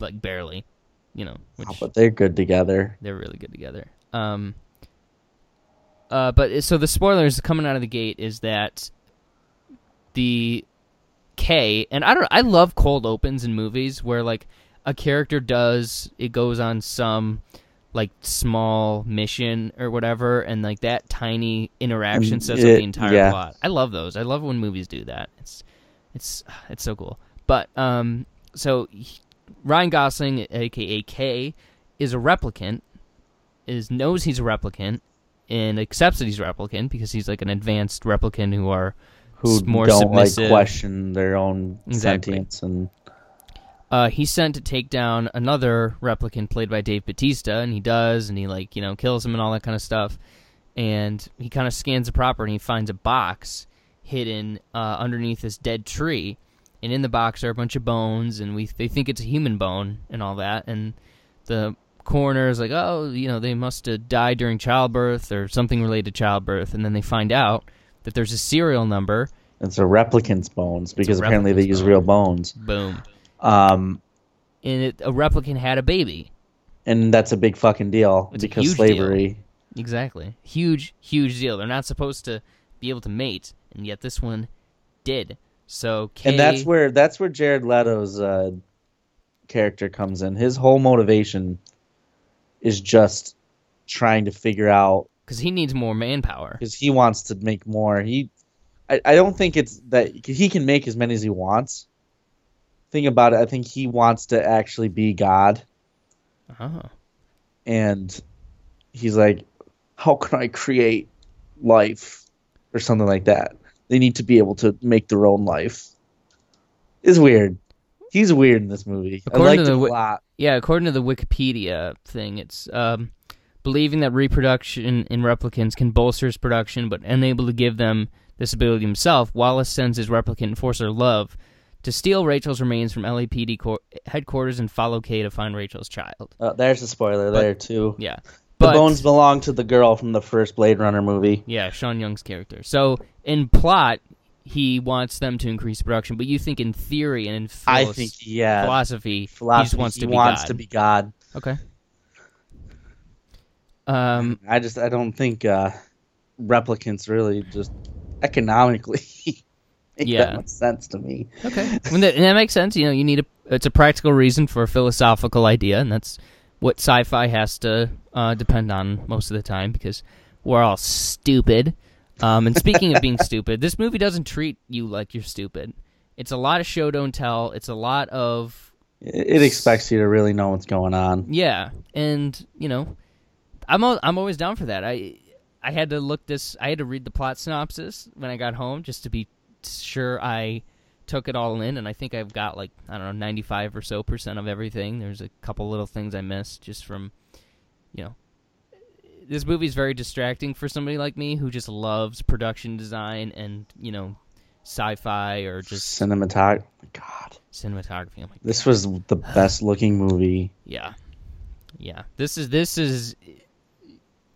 like, barely. You know, which Oh, but they're good together. they're really good together. Um. Uh, but so the spoilers coming out of the gate is that the K and I don't. I love cold opens in movies where like a character does it goes on some like small mission or whatever, and like that tiny interaction Mm, sets up the it- entire yeah. plot. I love those. I love when movies do that. It's it's it's so cool. But um, so he- Ryan Gosling, aka K, is a replicant. Is knows he's a replicant and accepts that he's a replicant because he's like an advanced replicant who are Who s- more don't submissive. like question their own Exactly. sentience and uh, he's sent to take down another replicant played by Dave Batista, and he does, and he like you know kills him and all that kind of stuff. And he kind of scans the property and he finds a box hidden uh, underneath this dead tree, and in the box are a bunch of bones, and we they think it's a human bone and all that, and the coroner is like, oh, you know, they must have died during childbirth or something related to childbirth, and then they find out that there's a serial number. It's a replicant's bones because apparently they replicant's use real bones. Boom, Um, and it, a replicant had a baby. and that's a big fucking deal It's a because huge slavery. Exactly. Huge, huge deal. They're not supposed to be able to mate, and yet this one did. So Kay, And that's where that's where Jared Leto's uh, character comes in. His whole motivation is just trying to figure out because he needs more manpower. because he wants to make more. He, I, I don't think it's that 'cause he can make as many as he wants. Think about it. I think he wants to actually be God. Uh-huh. Oh. and he's like, "How can I create life?" or something like that. They need to be able to make their own life. It's weird. He's weird in this movie. According I liked to the him a wi- lot. Yeah, according to the Wikipedia thing, it's um, believing that reproduction in replicants can bolster his production, but unable to give them this ability himself, Wallace sends his replicant enforcer Love to steal Rachel's remains from LAPD cor- headquarters and follow Kay to find Rachel's child. Uh, there's a spoiler there too. Yeah. the But- bones belong to the girl from the first Blade Runner movie. Yeah, Sean Young's character. So in plot, he wants them to increase production, but you think in theory and in I philos- think yeah. philosophy, he just philosophy, wants he to be wants God. to be God. Okay. Um. I just I don't think uh, replicants really just economically make Yeah. that much sense to me. Okay. Well, that, and that makes sense. You know, you need a. It's a practical reason for a philosophical idea, and that's what sci-fi has to uh, depend on most of the time because we're all stupid. Um, and speaking of being stupid, this movie doesn't treat you like you're stupid. It's a lot of show don't tell. It's a lot of It it expects you to really know what's going on. Yeah, and you know, I'm al- I'm always down for that. I I had to look this. I had to read the plot synopsis when I got home just to be sure I took it all in. And I think I've got like I don't know 95 or so percent of everything. There's a couple little things I missed just from, you know, this movie is very distracting for somebody like me who just loves production design and you know sci-fi or just Cinematog. God, cinematography. I'm like, this was the best looking movie. yeah, yeah. This is this is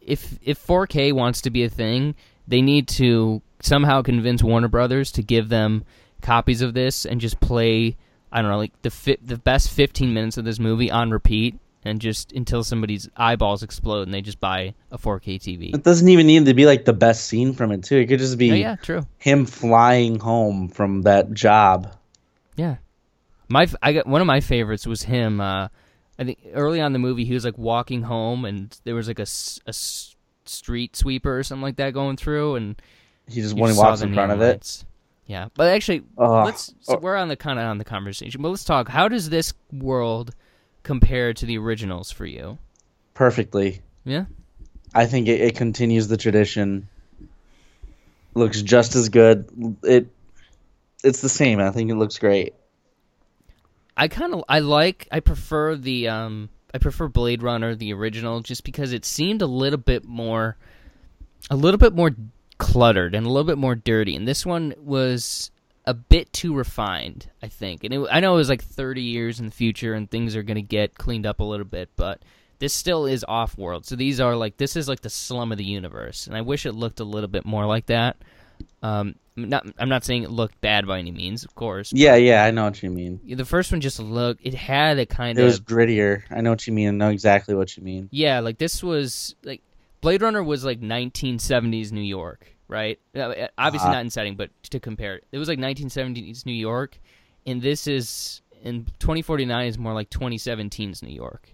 if if 4K wants to be a thing, they need to somehow convince Warner Brothers to give them copies of this and just play. I don't know, like the fi- the best 15 minutes of this movie on repeat. And just until somebody's eyeballs explode and they just buy a 4K TV. It doesn't even need to be like the best scene from it too. It could just be Oh, yeah, true. him flying home from that job. Yeah. My f- I got one of my favorites was him. Uh, I think early on in the movie he was like walking home and there was like a, s- a s- street sweeper or something like that going through and He just you when he just saw walks the in front neon of it. lights. Yeah, but actually, Ugh. let's so we're on the kind of on the conversation, but let's talk. How does this world compare to the originals for you? Perfectly. Yeah, I think it, it continues the tradition. Looks just as good. It it's the same. I think it looks great. I kind of I like I prefer the um I prefer Blade Runner the original just because it seemed a little bit more a little bit more cluttered and a little bit more dirty and this one was a bit too refined I think and it, I know it was like 30 years in the future and things are going to get cleaned up a little bit but this still is off world so these are like this is like the slum of the universe and I wish it looked a little bit more like that um not I'm not saying it looked bad by any means of course Yeah, yeah, I know what you mean. yeah, the first one just looked it had a kind It of was grittier. I know what you mean. I know exactly what you mean. yeah like this was like blade runner was like 1970s new york right Uh, obviously Uh-huh. not in setting but to compare it it was like 1970s new york and this is and 2049 is more like 2017's new york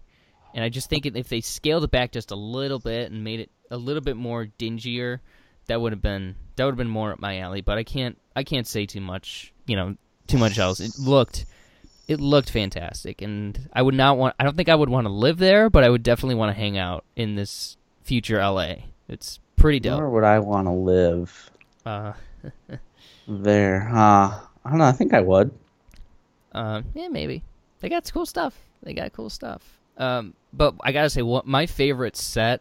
and i just think if they scaled it back just a little bit and made it a little bit more dingier that would have been that would have been more up my alley but i can't i can't say too much you know too much else it looked it looked fantastic and i would not want i don't think i would want to live there but i would definitely want to hang out in this future la it's pretty Where dope would I want to live? uh, There, huh? I don't know. I think I would. um, yeah maybe they got cool stuff they got cool stuff um, but i gotta say what my favorite set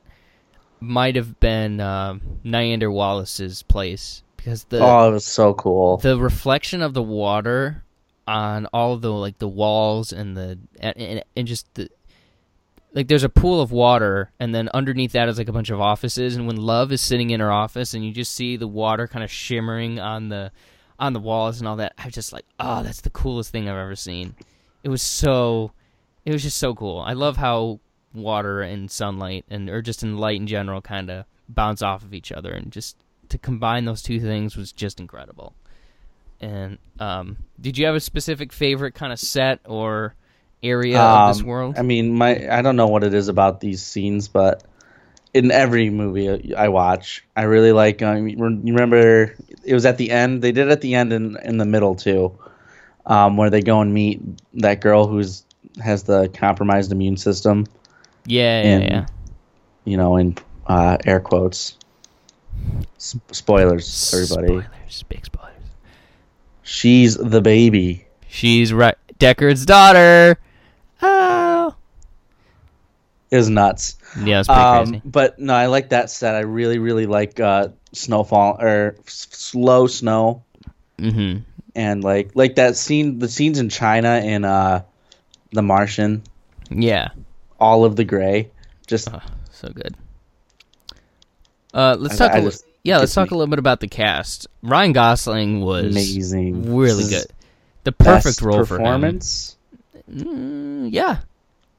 might have been um, Nyander wallace's place because the oh, it was so cool. the reflection of the water on all of the like the walls and the and- and, and just the like there's a pool of water and then underneath that is like a bunch of offices and when love is sitting in her office and you just see the water kind of shimmering on the on the walls and all that i'm just like oh that's the coolest thing i've ever seen it was so it was just so cool i love how water and sunlight and or just in light in general kind of bounce off of each other and just to combine those two things was just incredible and um, did you have a specific favorite kind of set or area uh, of this Um, world? I mean, my I don't know what it is about these scenes, but in every movie I watch, I really like. Um, you remember, it was at the end. They did it at the end and in the middle too, um, where they go and meet that girl who's has the compromised immune system. yeah, yeah, and- yeah. You know, in uh, air quotes. S- spoilers, everybody. Spoilers, big spoilers. She's the baby. She's right, Deckard's daughter. Oh, It was nuts. yeah, it's pretty Um, crazy. but no, I like that set. I really, really like uh, snowfall or s- slow snow Mm-hmm. and like like that scene. The scenes in China and uh, The Martian, Yeah, all of the gray. Just oh, so good. Uh, let's I- talk. a I li- just- yeah, let's it's talk me- a little bit about the cast. Ryan Gosling was amazing, really This is good. The perfect best role for him. performance. Mm, yeah, I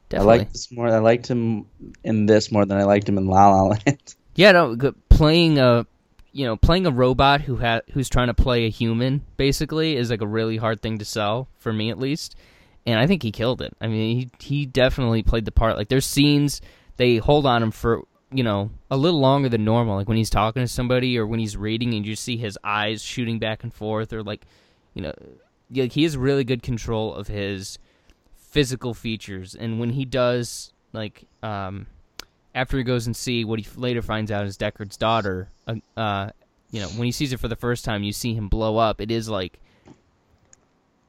definitely. like this more. I liked him in this more than I liked him in La La Land. Yeah, no, g- playing a you know playing a robot who ha- who's trying to play a human basically is like a really hard thing to sell for me at least, and I think he killed it. I mean, he he definitely played the part. Like there's scenes they hold on him for you know a little longer than normal. Like when he's talking to somebody or when he's reading and you see his eyes shooting back and forth or like you know yeah, like he has really good control of his physical features and when he does like um after he goes and see what he f- later finds out is Deckard's daughter. Uh, uh, you know, when he sees it for the first time, you see him blow up. It is like,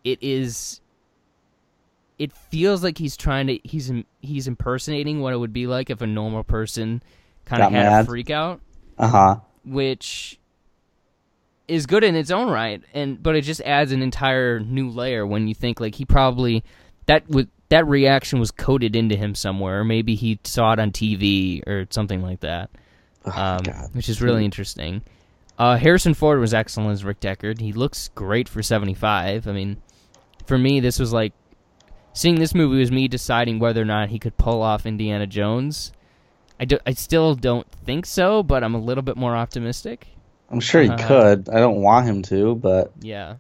it is, it feels like he's trying to he's im- he's impersonating what it would be like if a normal person kind of Got had a mad. freak out, Uh huh. which is good in its own right, and but it just adds an entire new layer when you think like he probably that would that reaction was coded into him somewhere, or maybe he saw it on TV or something like that, um, Oh, God. which is really interesting. Uh, Harrison Ford was excellent as Rick Deckard. He looks great for seventy five. I mean, for me, this was like seeing this movie was me deciding whether or not he could pull off Indiana Jones. I, do, I still don't think so, but I'm a little bit more optimistic. I'm sure he Uh-huh. could. I don't want him to, but Yeah.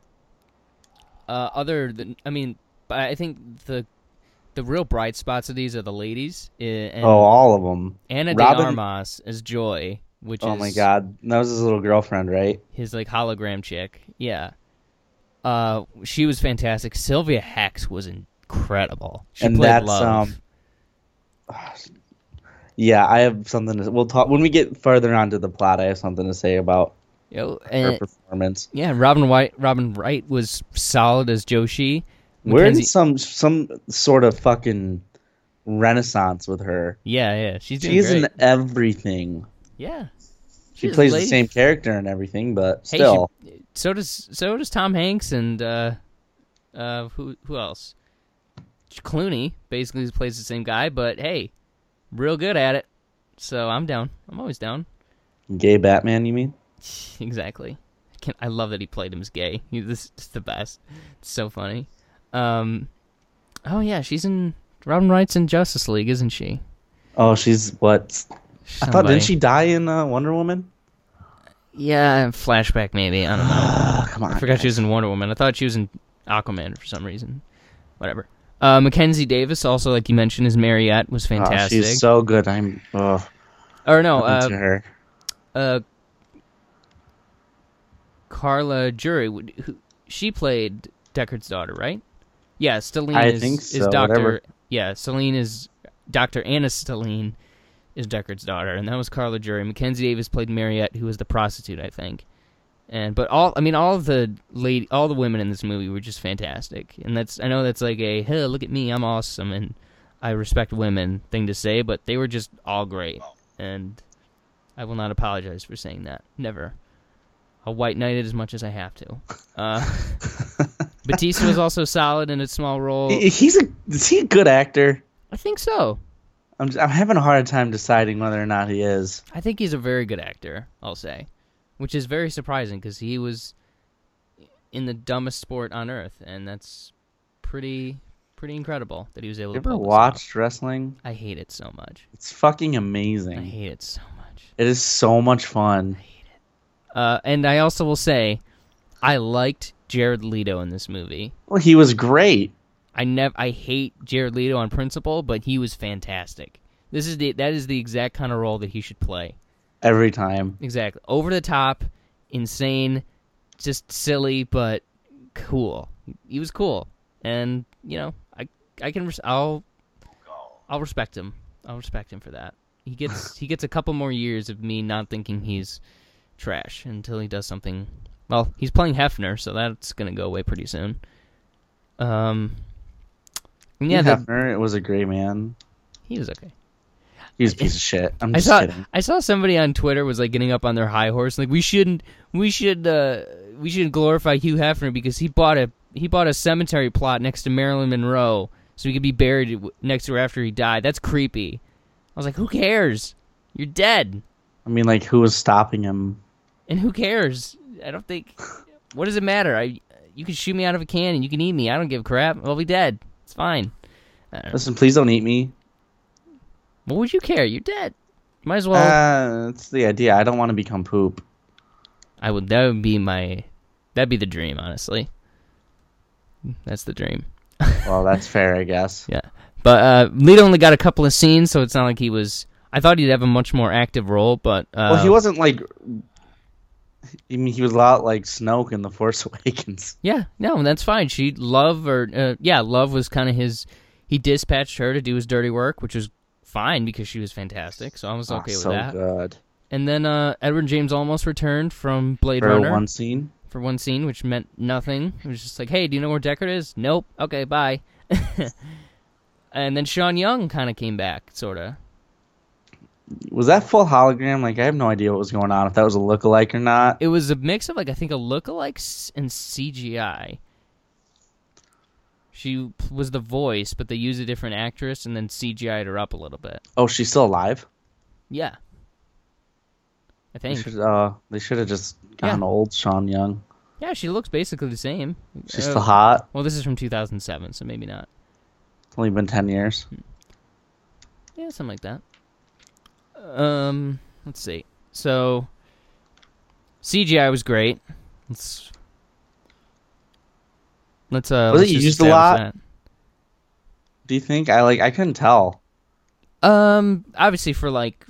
Uh, other than, I mean, but I think the the real bright spots of these are the ladies. uh, And oh, all of them. Anna de Robin- Armas as Joy, which Oh is my God, that was his little girlfriend, right? his like hologram chick. Yeah. Uh, she was fantastic. Sylvia Hex was incredible. She And played that's, love. um, Yeah, I have something to. We'll talk when we get further onto the plot. I have something to say about You know, her and- performance. yeah, Robin White, Robin Wright was solid as Joshi. We're in Mackenzie- some some sort of fucking renaissance with her. Yeah, yeah, she's doing She's great. in everything. yeah. She She's a plays the lady. same character and everything, but Hey, still, she- so does so does Tom Hanks and uh, uh, who who else? Clooney basically plays the same guy, but hey, real good at it. So I'm down. I'm always down. gay Batman. You mean? Exactly. I, can I love that he played him as gay. He, this is the best. It's so funny. Um, oh yeah, she's in Robin Wright's in Justice League, isn't she? Oh, she's what? I thought Somebody. didn't she die in uh, Wonder Woman? Yeah, flashback maybe. I don't know. Ugh, Ah, come on. I forgot she was in Wonder Woman. I thought she was in Aquaman for some reason. Whatever. Uh, Mackenzie Davis, also like you mentioned, is Mariette was Oh, fantastic. she's so good. I'm ugh, or no, into uh, her. uh, Carla Jury. would- Who, she played Deckard's daughter, right? Yeah, Stelline I is, think is so, Doctor. whatever. Yeah, Celine is Doctor Anna Stelline is Deckard's daughter, and that was Carla Jury. Mackenzie Davis played Mariette, who was the prostitute, I think. And but all I mean, all of the lady, all the women in this movie were just fantastic, and that's I know that's like a hey, look at me, I'm awesome, and I respect women thing to say, but they were just all great, and I will not apologize for saying that. Never. I'll white knight it as much as I have to. Uh, Batista was also solid in a small role. He- He's a is he a good actor? I think so. I'm just, I'm having a hard time deciding whether or not he is. I think he's a very good actor, I'll say, which is very surprising because he was in the dumbest sport on earth, and that's pretty pretty incredible that he was able You to ever pull this off. watched wrestling? I hate it so much. It's fucking I amazing. hate it so much. It is so much fun. Uh, and I also will say, I liked Jared Leto in this movie. Well, he was great. I never I hate Jared Leto on principle, but he was fantastic. This is the that is the exact kind of role that he should play. Every time. Exactly. Over the top, insane, just silly, but cool. He was cool, and you know, I I can res- I'll I'll respect him. I'll respect him for that. He gets he gets a couple more years of me not thinking he's trash until he does something. Well, he's playing Hefner, so that's gonna go away pretty soon. Um, and yeah, Yeah, the, Hefner, it was a great man. he was okay. He was a piece of shit. I'm I just saw kidding. I saw somebody on Twitter was like getting up on their high horse, like we shouldn't we should uh, we should glorify Hugh Hefner because he bought a he bought a cemetery plot next to Marilyn Monroe so he could be buried w- next to her after he died. That's creepy. I was like, who cares? You're dead, I mean, like, who was stopping him? and who cares? I don't think. What does it matter? I you can shoot me out of a can and you can eat me. I don't give a crap. I'll be dead. It's fine. Listen, please don't eat me. What would you care? You're dead. Might as well. Uh, that's the idea. I don't want to become poop. I would. That would be my. That'd be the dream, honestly. That's the dream. Well, that's fair, I guess. Yeah. But uh, Leto only got a couple of scenes, so it's not like he was. I thought he'd have a much more active role, but uh, Well, he wasn't like. I mean, he was a lot like Snoke in The Force Awakens. Yeah, no, and that's fine. She love or uh, yeah, love was kind of his. He dispatched her to do his dirty work, which was fine because she was fantastic. So I was Oh, okay with so that. good. And then uh, Edward James almost returned from Blade For Runner. one scene. for one scene, which meant nothing. It was just like, hey, do you know where Deckard is? Nope. Okay, bye. and then Sean Young kind of came back, sort of. was that full hologram? Like I have no idea what was going on if that was a lookalike or not. It was a mix of like I think a lookalike s- and CGI. She p- was the voice, but they used a different actress and then CGI'd her up a little bit. Oh, she's still alive. Yeah, I They think. should, uh, they should have just gotten Yeah. old Sean Young. Yeah, she looks basically the same. She's Uh, still hot. Well, this is from 2007, so maybe not. It's only been ten years. Yeah, something like that. Um, let's see. So CGI was great. Let's let's uh. Was let's it just used a establish Do you think I like? I couldn't tell. that. Um, obviously for like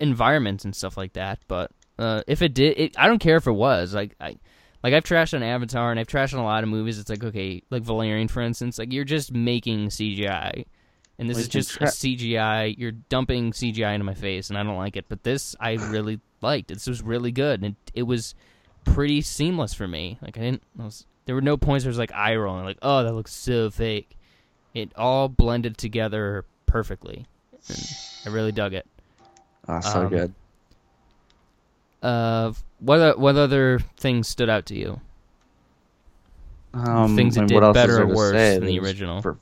environments and stuff like that, but uh, if it did, it, I don't care if it was like I. Like I've trashed on Avatar and I've trashed on a lot of movies. It's like okay, like Valerian, for instance. Like you're just making CGI, and this Well, is you can just tra- a CGI. You're dumping CGI into my face, and I don't like it. But this I really liked. This was really good, and it, it was pretty seamless for me. Like I didn't. I was, there were no points where it was like eye rolling. Like oh, that looks so fake. It all blended together perfectly. And I really dug it. Oh, so Um, good. Uh, what other, what other things stood out to you? Um, things that and did what else is better there or to worse say? than the It was original. per-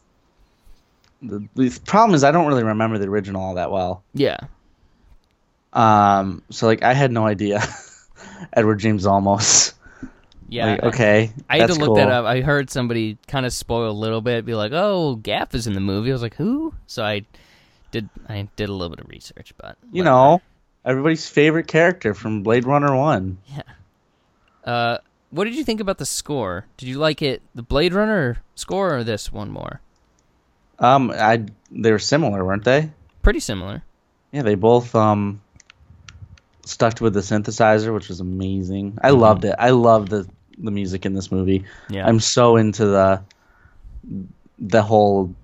the, the problem is I don't really remember the original all that well. Yeah, Um, so like I had no idea. Edward James almost. yeah. Like, okay. I had to that's look that cool. up. I heard somebody kind of spoil a little bit, be like, "Oh, Gaff is in the movie." I was like, "Who?" So I did. I did a little bit of research, but You know, everybody's favorite character from Blade Runner One. uh, what did you think about the score? Did you like it, the Blade Runner score, or this one more? Um, I they were similar, weren't they? Pretty similar. Yeah, they both um stuck with the synthesizer, which was amazing. I loved it. I loved the the music in this movie. Mm-hmm. Yeah, I'm so into the the whole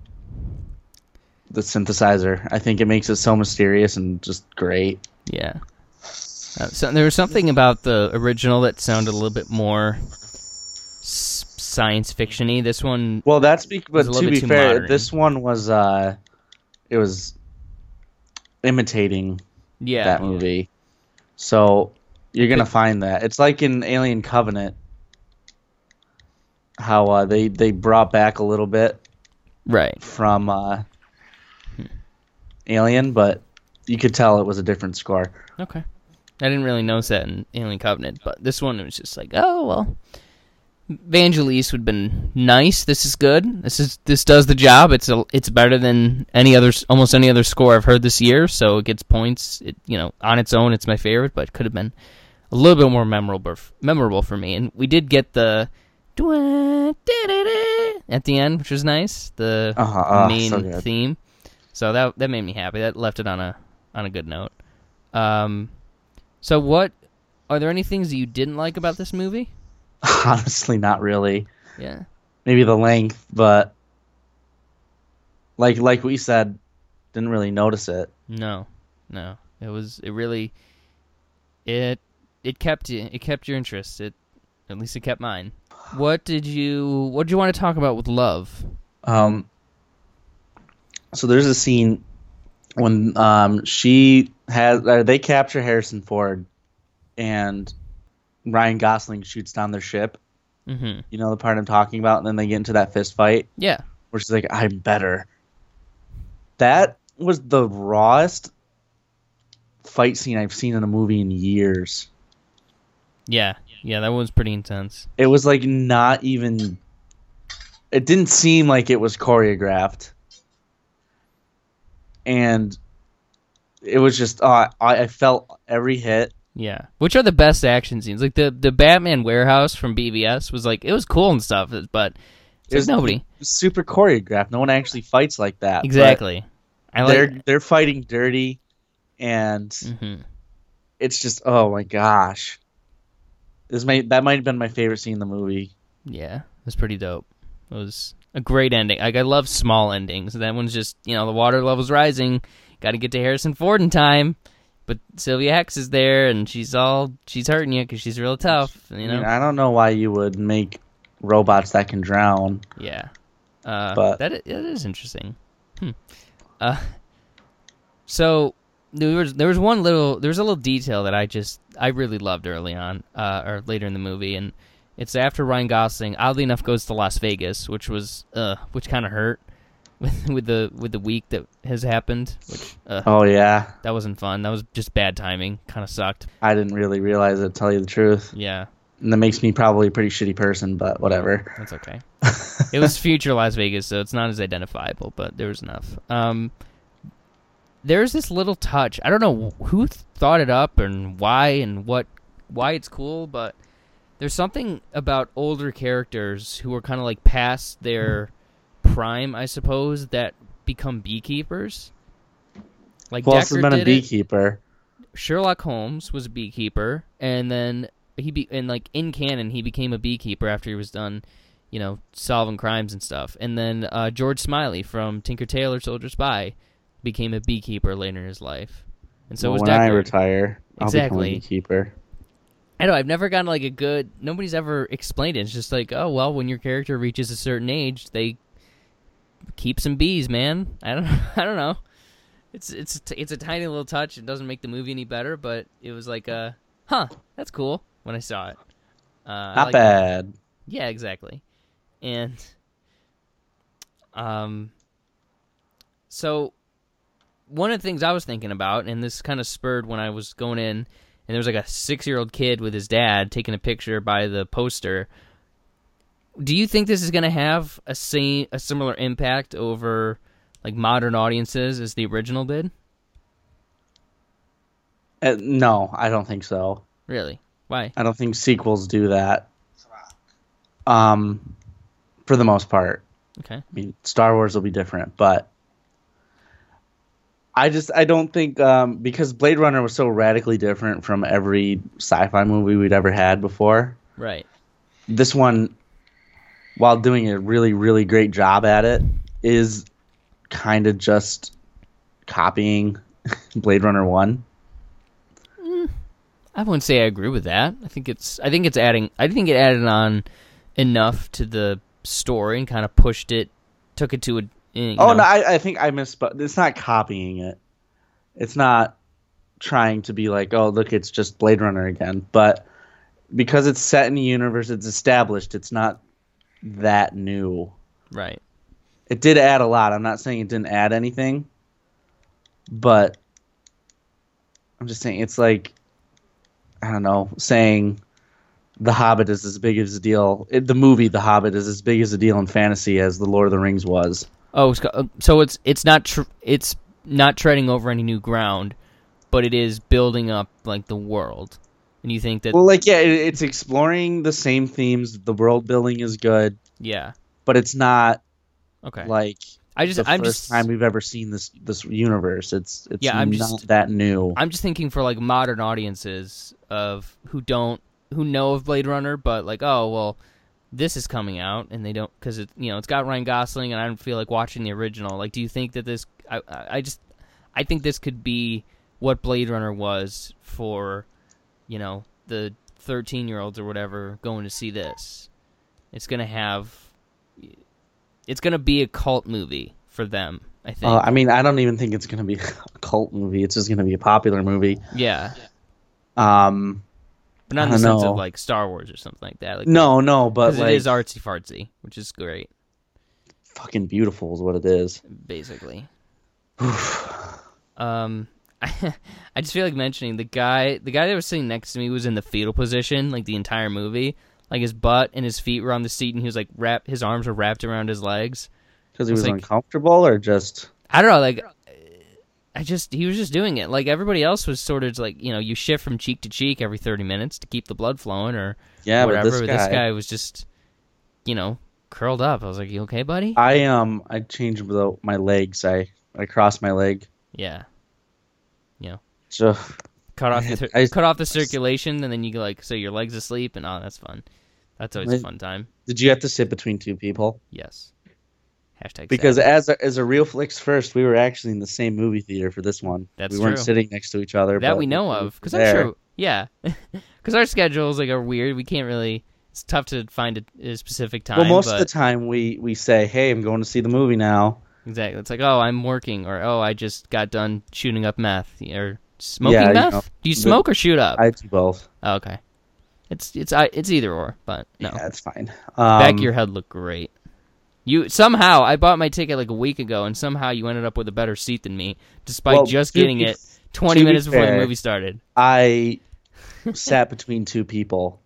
the synthesizer. I think it makes it so mysterious and just great. yeah. Uh, so there was something about the original that sounded a little bit more s- science fictiony. This one, Well, that's be- but a little to bit be too fair, modern. this one was uh it was imitating yeah, that movie. So you're gonna find that. It's like in Alien Covenant how uh, they they brought back a little bit right? from uh, Alien, but you could tell it was a different score. Okay. I didn't really notice that in Alien Covenant, but this one it was just like, oh well. Vangelis would have been nice. This is good. This is this does the job. It's a, it's better than any other almost any other score I've heard this year. So it gets points. It you know on its own it's my favorite, but it could have been a little bit more memorable memorable for me. And we did get the at the end, which was nice. The Uh-huh. Ah, main so good. theme. So that that made me happy. That left it on a on a good note. Um, so what are there any things that you didn't like about this movie? Honestly, not really. Yeah, Maybe the length, but like like we said, didn't really notice it. no, no. It was it really it it kept you it kept your interest. It at least it kept mine. What did you what did you want to talk about with love? Um, so there's a scene when um, she has or they capture Harrison Ford, and Ryan Gosling shoots down their ship. Mm-hmm. You know the part I'm talking about, and then they get into that fist fight. Yeah, where she's like, I'm better. That was the rawest fight scene I've seen in a movie in years. yeah, yeah. That was pretty intense. It was like not even. It didn't seem like it was choreographed. And it was just, uh, I, I felt every hit. Yeah, which are the best action scenes? Like the the Batman warehouse from BVS was like it was cool and stuff, but It there's was nobody super choreographed. No one actually fights like that. but exactly. I They're they're fighting dirty, and hmm it's just oh my gosh this might that might have been my favorite scene in the movie Yeah, it was pretty dope. It was a great ending. Like I love small endings. That one's just you know the water level's rising. Got to get to Harrison Ford in time. But Sylvia Hex is there, and she's all she's hurting you because she's real tough. You you know, know? i don't know why you would make robots that can drown yeah. Uh, But- that i- that is interesting. Hmm. Uh, so there was there was one little there was a little detail that I just I really loved early on uh, or later in the movie, and it's after Ryan Gosling oddly enough goes to Las Vegas, which was uh, which kind of hurt with with the with the week that has happened, which uh, Oh yeah, that wasn't fun. That was just bad timing, kind of sucked. I didn't really realize it. to Tell you the truth, Yeah, and that makes me probably a pretty shitty person, but whatever. that's okay. it was future Las Vegas, so it's not as identifiable, but there was enough. Um, there's this little touch. I don't know who th- thought it up and why and what why it's cool, but there's something about older characters who are kind of like past their prime, I suppose, that become beekeepers. Like Who else has Decker been a did it. beekeeper? Sherlock Holmes was a beekeeper, and then he be and like in canon he became a beekeeper after he was done, you know, solving crimes and stuff. And then uh, George Smiley from Tinker Tailor Soldier Spy became a beekeeper later in his life, and so was when I Deckard. retire, I'll Exactly. become a beekeeper. I know I've never gotten like a good. Nobody's ever explained it. It's just like, oh well, when your character reaches a certain age, they keep some bees, man. I don't, I don't know. It's it's a t- it's a tiny little touch. It doesn't make the movie any better, but it was like, uh, huh, that's cool when I saw it. Uh, I Not like that. bad. Yeah, exactly. And um so one of the things I was thinking about and this kind of spurred when I was going in and there was like a 6-year-old kid with his dad taking a picture by the poster. Do you think this is going to have a same a similar impact over like modern audiences as the original did? Uh, no, I don't think so. Really? Why? I don't think sequels do that. Um, for the most part, Okay. I mean, Star Wars will be different, but I just I don't think um, because Blade Runner was so radically different from every sci-fi movie we'd ever had before. Right. This one, while doing a really really great job at it, is kind of just copying Blade Runner One. I wouldn't say I agree with that. I think it's I think it's adding I think it added on enough to the story and kind of pushed it, took it to a. eh, You Oh know, no, I, I think I misspoke. It's not copying it. It's not trying to be like, oh look, it's just Blade Runner again. But because it's set in a universe, it's established. It's not that new. right. It did add a lot. I'm not saying it didn't add anything, but I'm just saying it's like I don't know, saying the Hobbit is as big as a deal. It, the movie The Hobbit is as big as a deal in fantasy as the Lord of the Rings was. Oh, it's, go- so it's it's not tr- it's not treading over any new ground, but it is building up like the world, and you think that Well, like yeah, it, it's exploring the same themes. The world building is good, yeah but it's not okay. like I just the I'm first just time we've ever seen this this universe. It's it's Yeah, I'm not just- that new. I'm just thinking for like modern audiences of who don't who know of Blade Runner, but like oh well, this is coming out and they don't because it you know it's got Ryan Gosling and I don't feel like watching the original. Like, do you think that this? I I I just I think this could be what Blade Runner was for, you know, the thirteen year olds or whatever going to see this. It's gonna have. It's gonna be a cult movie for them. I think. Uh, I mean, I don't even think it's gonna be a cult movie. It's just gonna be a popular movie. yeah. Um, But not in I the don't sense know. of like Star Wars or something like that. Like, no, no, but because like it is artsy fartsy, which is great, fucking beautiful is what it is. basically. um, I, just feel like mentioning the guy. The guy that was sitting next to me was in the fetal position like the entire movie. Like his butt and his feet were on the seat, and he was like wrap. His arms were wrapped around his legs. Because he It's was like- uncomfortable, or just I don't know, like. I just he was just doing it like everybody else was sort of like you know you shift from cheek to cheek every thirty minutes to keep the blood flowing or yeah, whatever. but this guy, was just, you know, curled up. I was like, "You okay, buddy?" I um, I changed the, my legs. I I crossed my leg. yeah. So Cut off the I- cut off the circulation, and then you go, like so your legs asleep, and oh, that's fun. That's always a Wait. fun time. did you have to sit between two people? Yes. Hashtag Because sad. as a, as a real flicks first, we were actually in the same movie theater for this one. That's we weren't true. sitting next to each other. that but we know were of, because I'm there. sure, yeah, because our schedules like are weird. We can't really. It's tough to find a, a specific time. Well, most but, of the time we we say, "Hey, I'm going to see the movie now," Exactly. It's like, oh, I'm working, or oh, I just got done shooting up meth, or smoking Yeah, you meth. know, Do you the- smoke or shoot up? I do both. oh, okay. It's it's I it's either or, but no. Yeah, it's fine. Back Um, of your head looked great. You somehow I bought my ticket like a week ago, and somehow you ended up with a better seat than me, despite well, just to getting be- it 20 to be minutes before the fair, movie started. I sat between two people.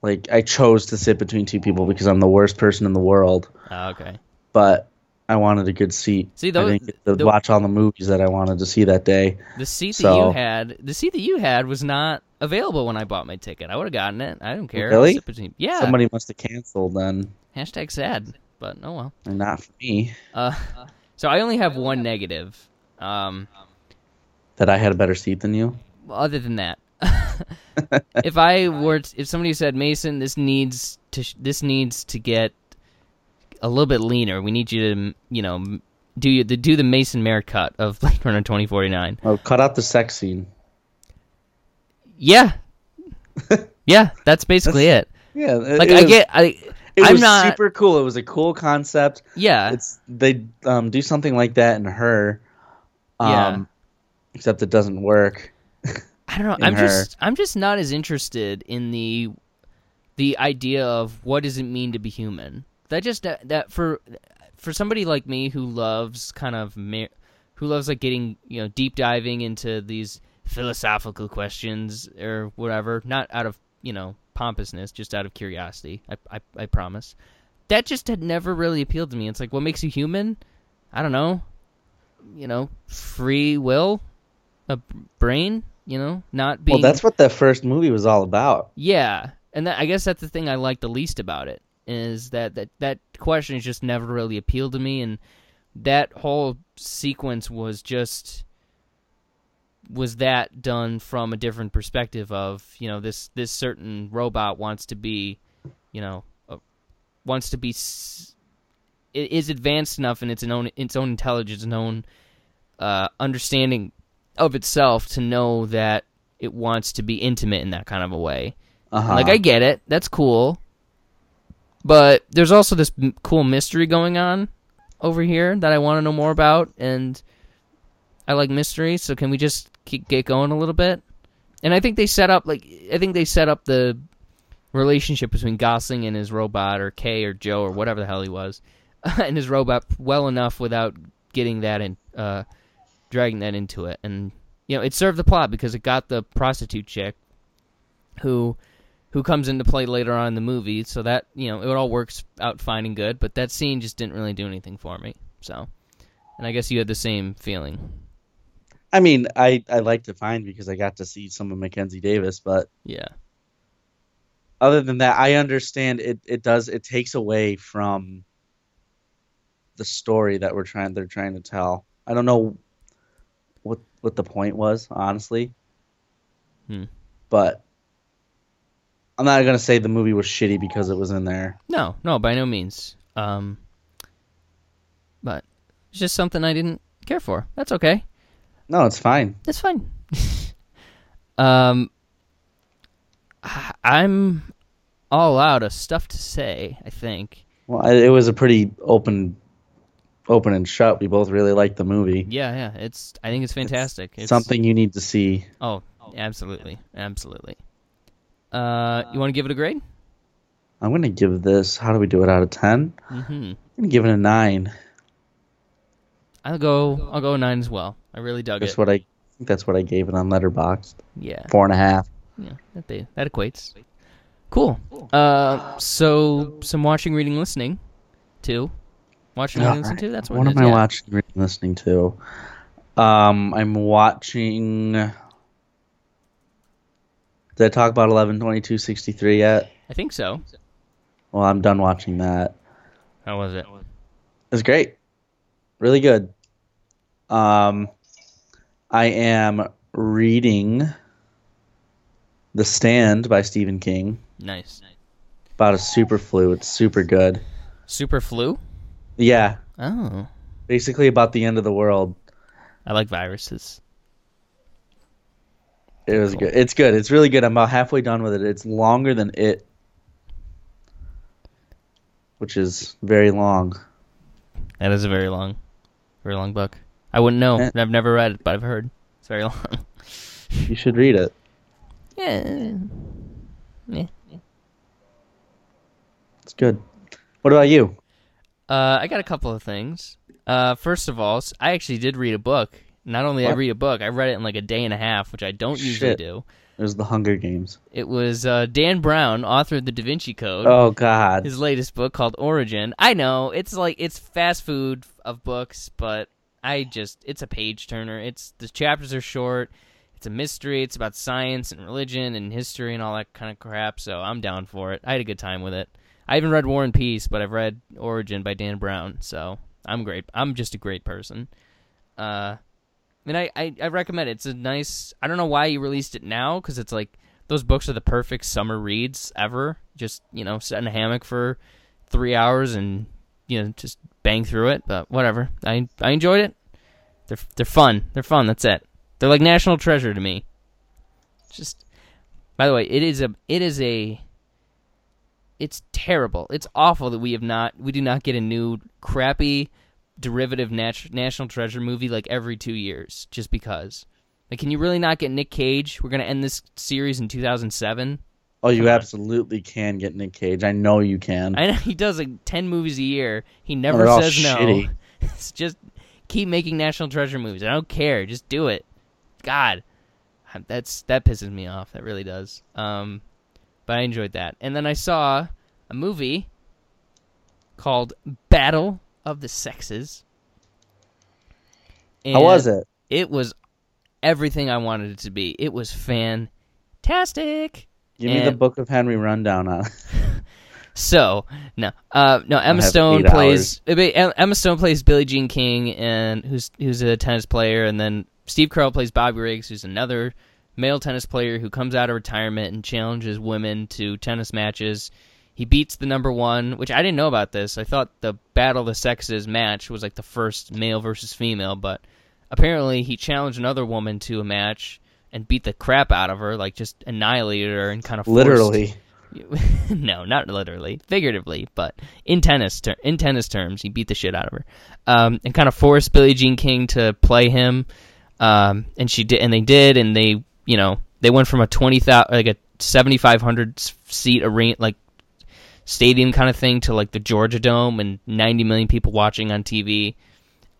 Like I chose to sit between two people because I'm the worst person in the world. Oh, okay. But I wanted a good seat. See, tho- I didn't get to the- watch all the movies that I wanted to see that day. The seat that you So- had, the seat that you had was not available when I bought my ticket. I would have gotten it. I don't care. Really? Sit between- Yeah. Somebody must have canceled then, Hashtag sad, but oh well. and not for me. Uh, so I only have one negative. Um, That I had a better seat than you. well, other than that, if I were, to, if somebody said, Mason, this needs to, sh- this needs to get a little bit leaner. We need you to, mm, you know, m- do you the do the Mason Mare cut of Blade Runner twenty forty nine. Oh, cut out the sex scene. Yeah, yeah, that's basically it. Yeah, it- Like it I was- get, I, It I'm was not. super cool. It was a cool concept. yeah, It's they um, do something like that in her. Um, Yeah. Except it doesn't work. I don't know. in I'm her. just I'm just not as interested in the the idea of what does it mean to be human. That just that, that for for somebody like me who loves kind of ma- who loves like getting you know deep diving into these philosophical questions or whatever, not out of you know pompousness, just out of curiosity. I I, I promise. That just had never really appealed to me. It's like what makes you human? I don't know. You know, free will, a b- brain. You know, not being Well, that's what the first movie was all about. yeah, and that, I guess that's the thing I like the least about it is that that that question has just never really appealed to me, and that whole sequence was just was that done from a different perspective of you know this this certain robot wants to be you know a- wants to be s- i- is advanced enough in its own its own intelligence and own uh, understanding of itself to know that it wants to be intimate in that kind of a way. Uh-huh. Like I get it, that's cool, but there's also this m- cool mystery going on over here that I want to know more about, and I like mystery. So can we just keep, get going a little bit? And I think they set up like I think they set up the relationship between Gosling and his robot, or Kay, or Joe, or whatever the hell he was, and his robot well enough without getting that in, uh, dragging that into it. And you know, it served the plot because it got the prostitute chick who who comes into play later on in the movie. So that you know, it all works out fine and good. But that scene just didn't really do anything for me. So, and I guess you had the same feeling. I mean, I I like to find because I got to see some of Mackenzie Davis, but Yeah. other than that, I understand it. It does. It takes away from the story that we're trying. They're trying to tell. I don't know what what the point was, honestly. Hmm. But I'm not gonna say the movie was shitty because it was in there. No, no, by no means. Um, but it's just something I didn't care for. That's okay. No, it's fine. That's fine. um, I- I'm all out of stuff to say. I think. Well, I, it was a pretty open, open and shut. We both really liked the movie. Yeah, yeah. It's. I think it's fantastic. It's, Something you need to see. Oh, absolutely, absolutely. Uh, you want to give it a grade? I'm gonna give this. How do we do it out of 10 i Mm-hmm. I'm gonna give it a nine. I'll go. I'll go nine as well. I really dug That's it. what I I think that's what I gave it on Letterboxd. Yeah. Four and a half. Yeah, that, they, that equates. Cool. Uh, so some watching, reading, listening, too. Watching, reading, listening to. That's what, what it is, am I yeah. watching? Reading, listening to? Um, I'm watching. Did I talk about eleven twenty two sixty three yet? I think so. Well, I'm done watching that. How was it? It's great, really good. Um, I am reading The Stand by Stephen King Nice. about a superflu. It's super good. Super flu. Yeah, Oh, basically about the end of the world. I like viruses. It was good. It's good. It's really good. I'm about halfway done with it. It's longer than it, which is very long. That is very long. Very long book. I wouldn't know. Eh. I've never read it, but I've heard it's very long. You should read it. yeah. yeah. It's good. What about you? Uh, I got a couple of things. Uh, first of all, s- I actually did read a book. Not only I What? read a book, I read it in like a day and a half, which I don't usually Shit. do. It was The Hunger Games. It was uh, Dan Brown, author of The Da Vinci Code. Oh God. his latest book called Origin. I know it's like it's fast food of books, but I just it's a page turner. It's the chapters are short. It's a mystery. It's about science and religion and history and all that kind of crap. So I'm down for it. I had a good time with it. I haven't read War and Peace, but I've read Origin by Dan Brown. So I'm great. I'm just a great person. Uh, and I, I, I recommend it. It's a nice. I don't know why you released it now because it's like those books are the perfect summer reads ever. Just you know, sit in a hammock for three hours and you know just bang through it. But whatever. I I enjoyed it. They're they're fun. They're fun. That's it. They're like national treasure to me. Just by the way, it is a it is a it's terrible. It's awful that we have not we do not get a new crappy derivative nat- national treasure movie like every 2 years just because. Like can you really not get Nick Cage? We're going to end this series in 2007. Oh, you absolutely can get Nick Cage. I know you can. I know he does like 10 movies a year. He never they're all says no. shitty. It's just keep making national treasure movies. I don't care. Just do it. God. That's that pisses me off. That really does. Um but I enjoyed that. And then I saw a movie called Battle of the Sexes. How And was it? It was everything I wanted it to be. It was fantastic. Give me the and- Book of Henry rundown on. it. So no, uh, no. Emma have Stone eight plays uh, Emma Stone plays Billie Jean King, and who's who's a tennis player, and then Steve Carell plays Bobby Riggs, who's another male tennis player who comes out of retirement and challenges women to tennis matches. He beats the number one, which I didn't know about this. I thought the Battle of the Sexes match was like the first male versus female, but apparently he challenged another woman to a match and beat the crap out of her, like just annihilated her and kind of forced- Literally. no, not literally, figuratively, but in tennis ter- in tennis terms, he beat the shit out of her, um, and kind of forced Billie Jean King to play him, um, and she did, and they did, and they, you know, they went from a twenty thousand, like a seventy five hundred seat arena, like stadium kind of thing, to like the Georgia Dome and ninety million people watching on TV,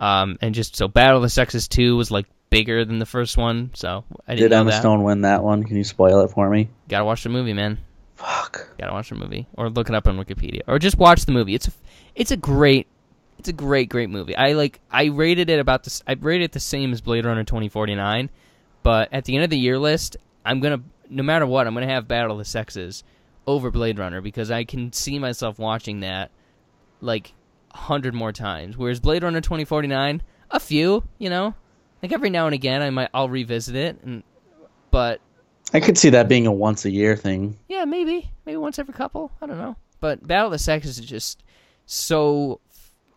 um, and just so Battle of the Sexes two was like bigger than the first one, so I didn't Did know Emma that. Stone win that one? Can you spoil it for me? Gotta watch the movie, man. Fuck. Gotta watch the movie, or look it up on Wikipedia, or just watch the movie. It's a, it's a great, it's a great, great movie. I like. I rated it about this. I rated it the same as Blade Runner twenty forty nine, but at the end of the year list, I'm gonna, no matter what, I'm gonna have Battle of the Sexes over Blade Runner because I can see myself watching that like a hundred more times. Whereas Blade Runner twenty forty nine, a few, you know, like every now and again, I might I'll revisit it, and but I could see that being a once a year thing. yeah, maybe. Maybe once every couple. I don't know. But Battle of the Sexes is just so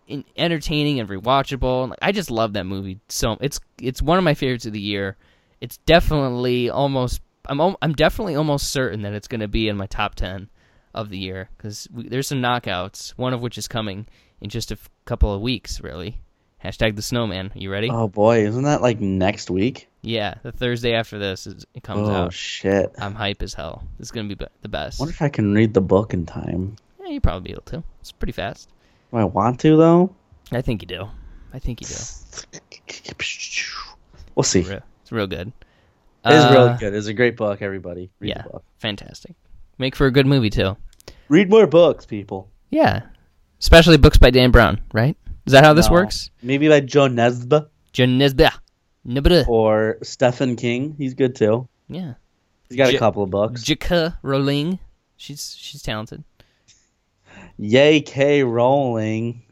in- entertaining and rewatchable. And, like, I just love that movie. So it's it's one of my favorites of the year. It's definitely almost I'm al- I'm definitely almost certain that it's going to be in my top 10 of the year cuz there's some knockouts, one of which is coming in just a f- couple of weeks, really. Hashtag the snowman. You ready? Oh boy, isn't that like next week? Yeah, the Thursday after this is, it comes oh out. shit. I I'm hype as hell. It's gonna be be- the best. wonder if I can read the book in time. Yeah, you probably be able to. It's pretty fast. Do I want to though? I think you do. I think you do. We'll see. Re- It's real good. It is Uh, really good. It's a great book, everybody. Read yeah, the book. fantastic. Make for a good movie too. Read more books, people. Yeah, especially books by Dan Brown. Right? Is that how this No. works? Maybe by Joe Nesbitt Jen Nesbitt. Oh. Nesbitt. or Stephen King. He's good too. Yeah. He's got J- a couple of books. J.K. Rowling. She's she's talented. Yay, K. Rowling.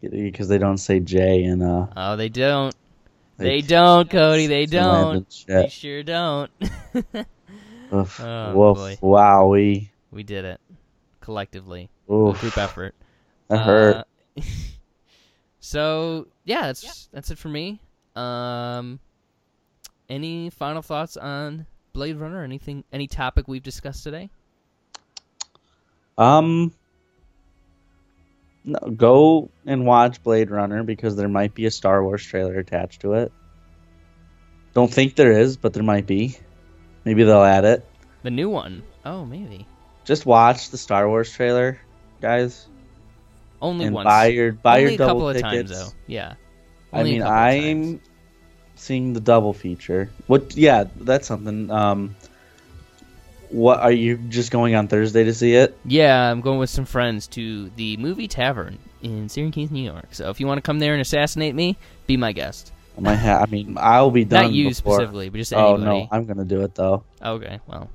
Because they don't say J in uh. Oh, they don't. They They- don't, Cody. They some random don't. They shit. sure don't. Oof. Oh, Woof. boy. Wowie. we did it collectively. A Oof. group effort. That hurt. Uh, so yeah, that's that's it for me. Um, any final thoughts on Blade Runner? Anything? Any topic we've discussed today? Um. No, go and watch Blade Runner because there might be a Star Wars trailer attached to it. Don't think there is, but there might be. Maybe they'll add it. The new one. Oh, maybe. Just watch the Star Wars trailer, guys, Only and once. buy your buy Only your a double couple tickets. of times though. Yeah. I Only a mean, couple of I'm times. seeing the double feature. What? Yeah, that's something. Um, what are you just going on Thursday to see it? Yeah, I'm going with some friends to the movie tavern in Syracuse, New York. So if you want to come there and assassinate me, be my guest. I might ha- I mean, I'll be done. Not you before- specifically, but just Oh anybody. no, I'm gonna do it though Okay, well,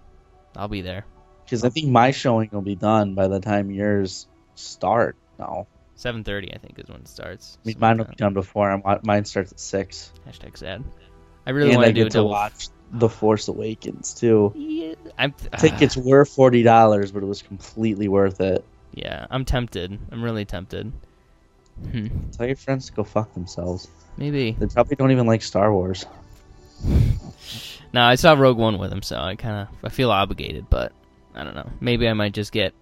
I'll be there. because I think my showing will be done by the time yours start. No, Seven thirty, I think, is when it starts. I mean, Something mine will like be done before. I'm, mine starts at six, that. Hashtag sad. I really and want I to do a get to double. watch The Force Awakens too. Yeah, I'm, ah, Tickets were forty dollars, but it was completely worth it. Yeah, I'm tempted. I'm really tempted. Hmm, Tell your friends to go fuck themselves. maybe. They probably don't even like Star Wars. No, I saw Rogue One with him, so I kind of I feel obligated, but I don't know. Maybe I might just get.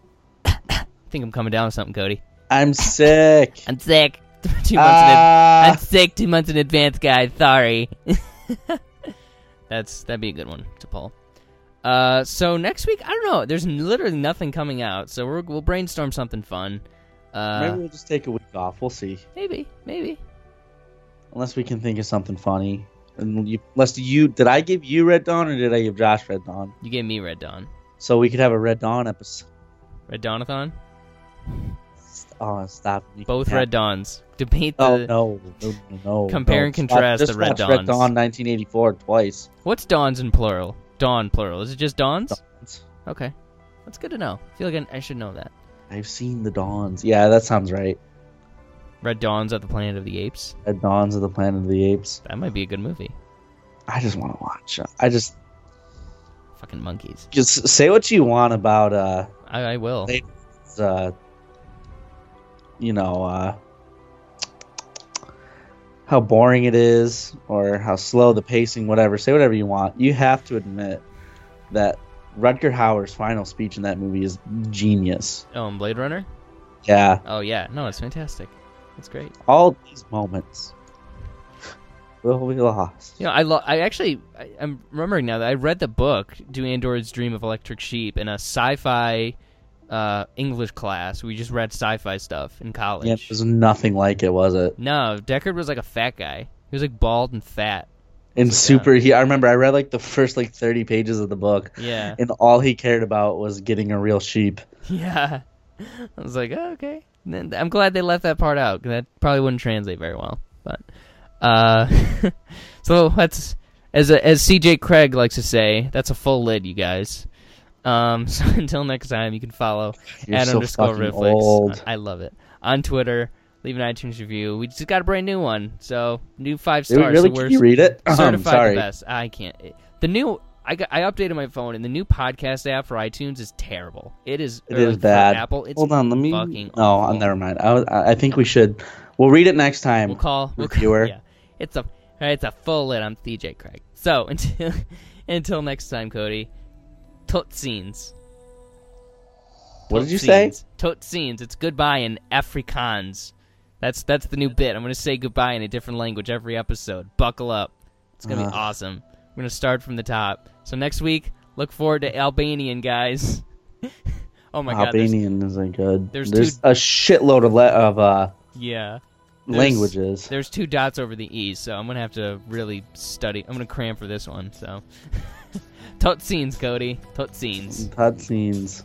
I think I'm coming down with something, Cody. I'm sick. I'm sick. two months. in ad- Ah, I'm sick. Two months in advance, guys. Sorry. That's that'd be a good one to pull. Uh, so next week, I don't know. There's literally nothing coming out, so we're, we'll brainstorm something fun. Uh, maybe we'll just take a week off. We'll see. maybe, maybe. Unless we can think of something funny. And you, unless you did, I give you Red Dawn or did I give Josh Red Dawn? You gave me Red Dawn. So we could have a Red Dawn episode. Red Dawnathon. Oh, stop! You Both can't- Red Dawns. Debate the. Oh no, no, no, no! Compare no. and Stop. contrast Just the Red watch Dawns. Red Dawn 1984 twice. What's dawns in plural? Dawn plural. Is it just dawns? Dawns. Okay. That's good to know. I feel like I I should know that. I've seen the Dawns. Yeah, that sounds right. Red Dawns of the Planet of the Apes. Red Dawns of the Planet of the Apes. That might be a good movie. I just want to watch. it. I just Fucking monkeys. just say what you want about uh I, I will. They- it's, uh, you know, uh, how boring it is or how slow the pacing, whatever. Say whatever you want. You have to admit that Rutger Hauer's final speech in that movie is genius. Oh, and Blade Runner? Yeah, Oh, yeah. No, it's fantastic. It's great. all these moments will be lost. You know, I, lo- I actually, I, I'm remembering now that I read the book, Do Androids Dream of Electric Sheep, in a sci fi uh, English class. We just read sci fi stuff in college. Yeah, there's nothing like it, was it? No, Deckard was like a fat guy. He was like bald and fat. And Yeah. super, he, I remember I read like the first like 30 pages of the book, Yeah. and all he cared about was getting a real sheep. Yeah. I was like, oh, okay. And Then I'm glad they left that part out 'cause that probably wouldn't translate very well. But uh so that's as as CJ Craig likes to say, that's a full lid, you guys. Um so until next time, you can follow You're at so underscore fucking Rifflix. old. I love it. On Twitter, leave an iTunes review. We just got a brand new one. So, new 5 Did stars. we really? so Can we're you read it? I'm certified Um, sorry. the best. I can't. it- the new I got, I updated my phone and the new podcast app for iTunes is terrible. It is It or is for bad. Apple. It's Hold on, let me. fucking no, awful. uh, never mind. I, was- I I think we should. We'll read it next time. We'll call. We'll call Reviewer. yeah. It's a it's a full lit. I'm DJ Craig. So until until next time, Cody. Toot scenes. What did you say? Toot scenes. It's goodbye in Afrikaans. That's that's the new bit. I'm gonna say goodbye in a different language every episode. Buckle up. It's gonna Uh. be awesome. We're gonna start from the top. So next week, look forward to Albanian guys. oh my god. there's- Albanian isn't good. there's There's, two- a shitload of le- of uh, Yeah. There's- languages. There's two dots over the E, so I'm gonna have to really study. I'm gonna cram for this one. So, tot scenes, Cody. Tot scenes. Cutscenes.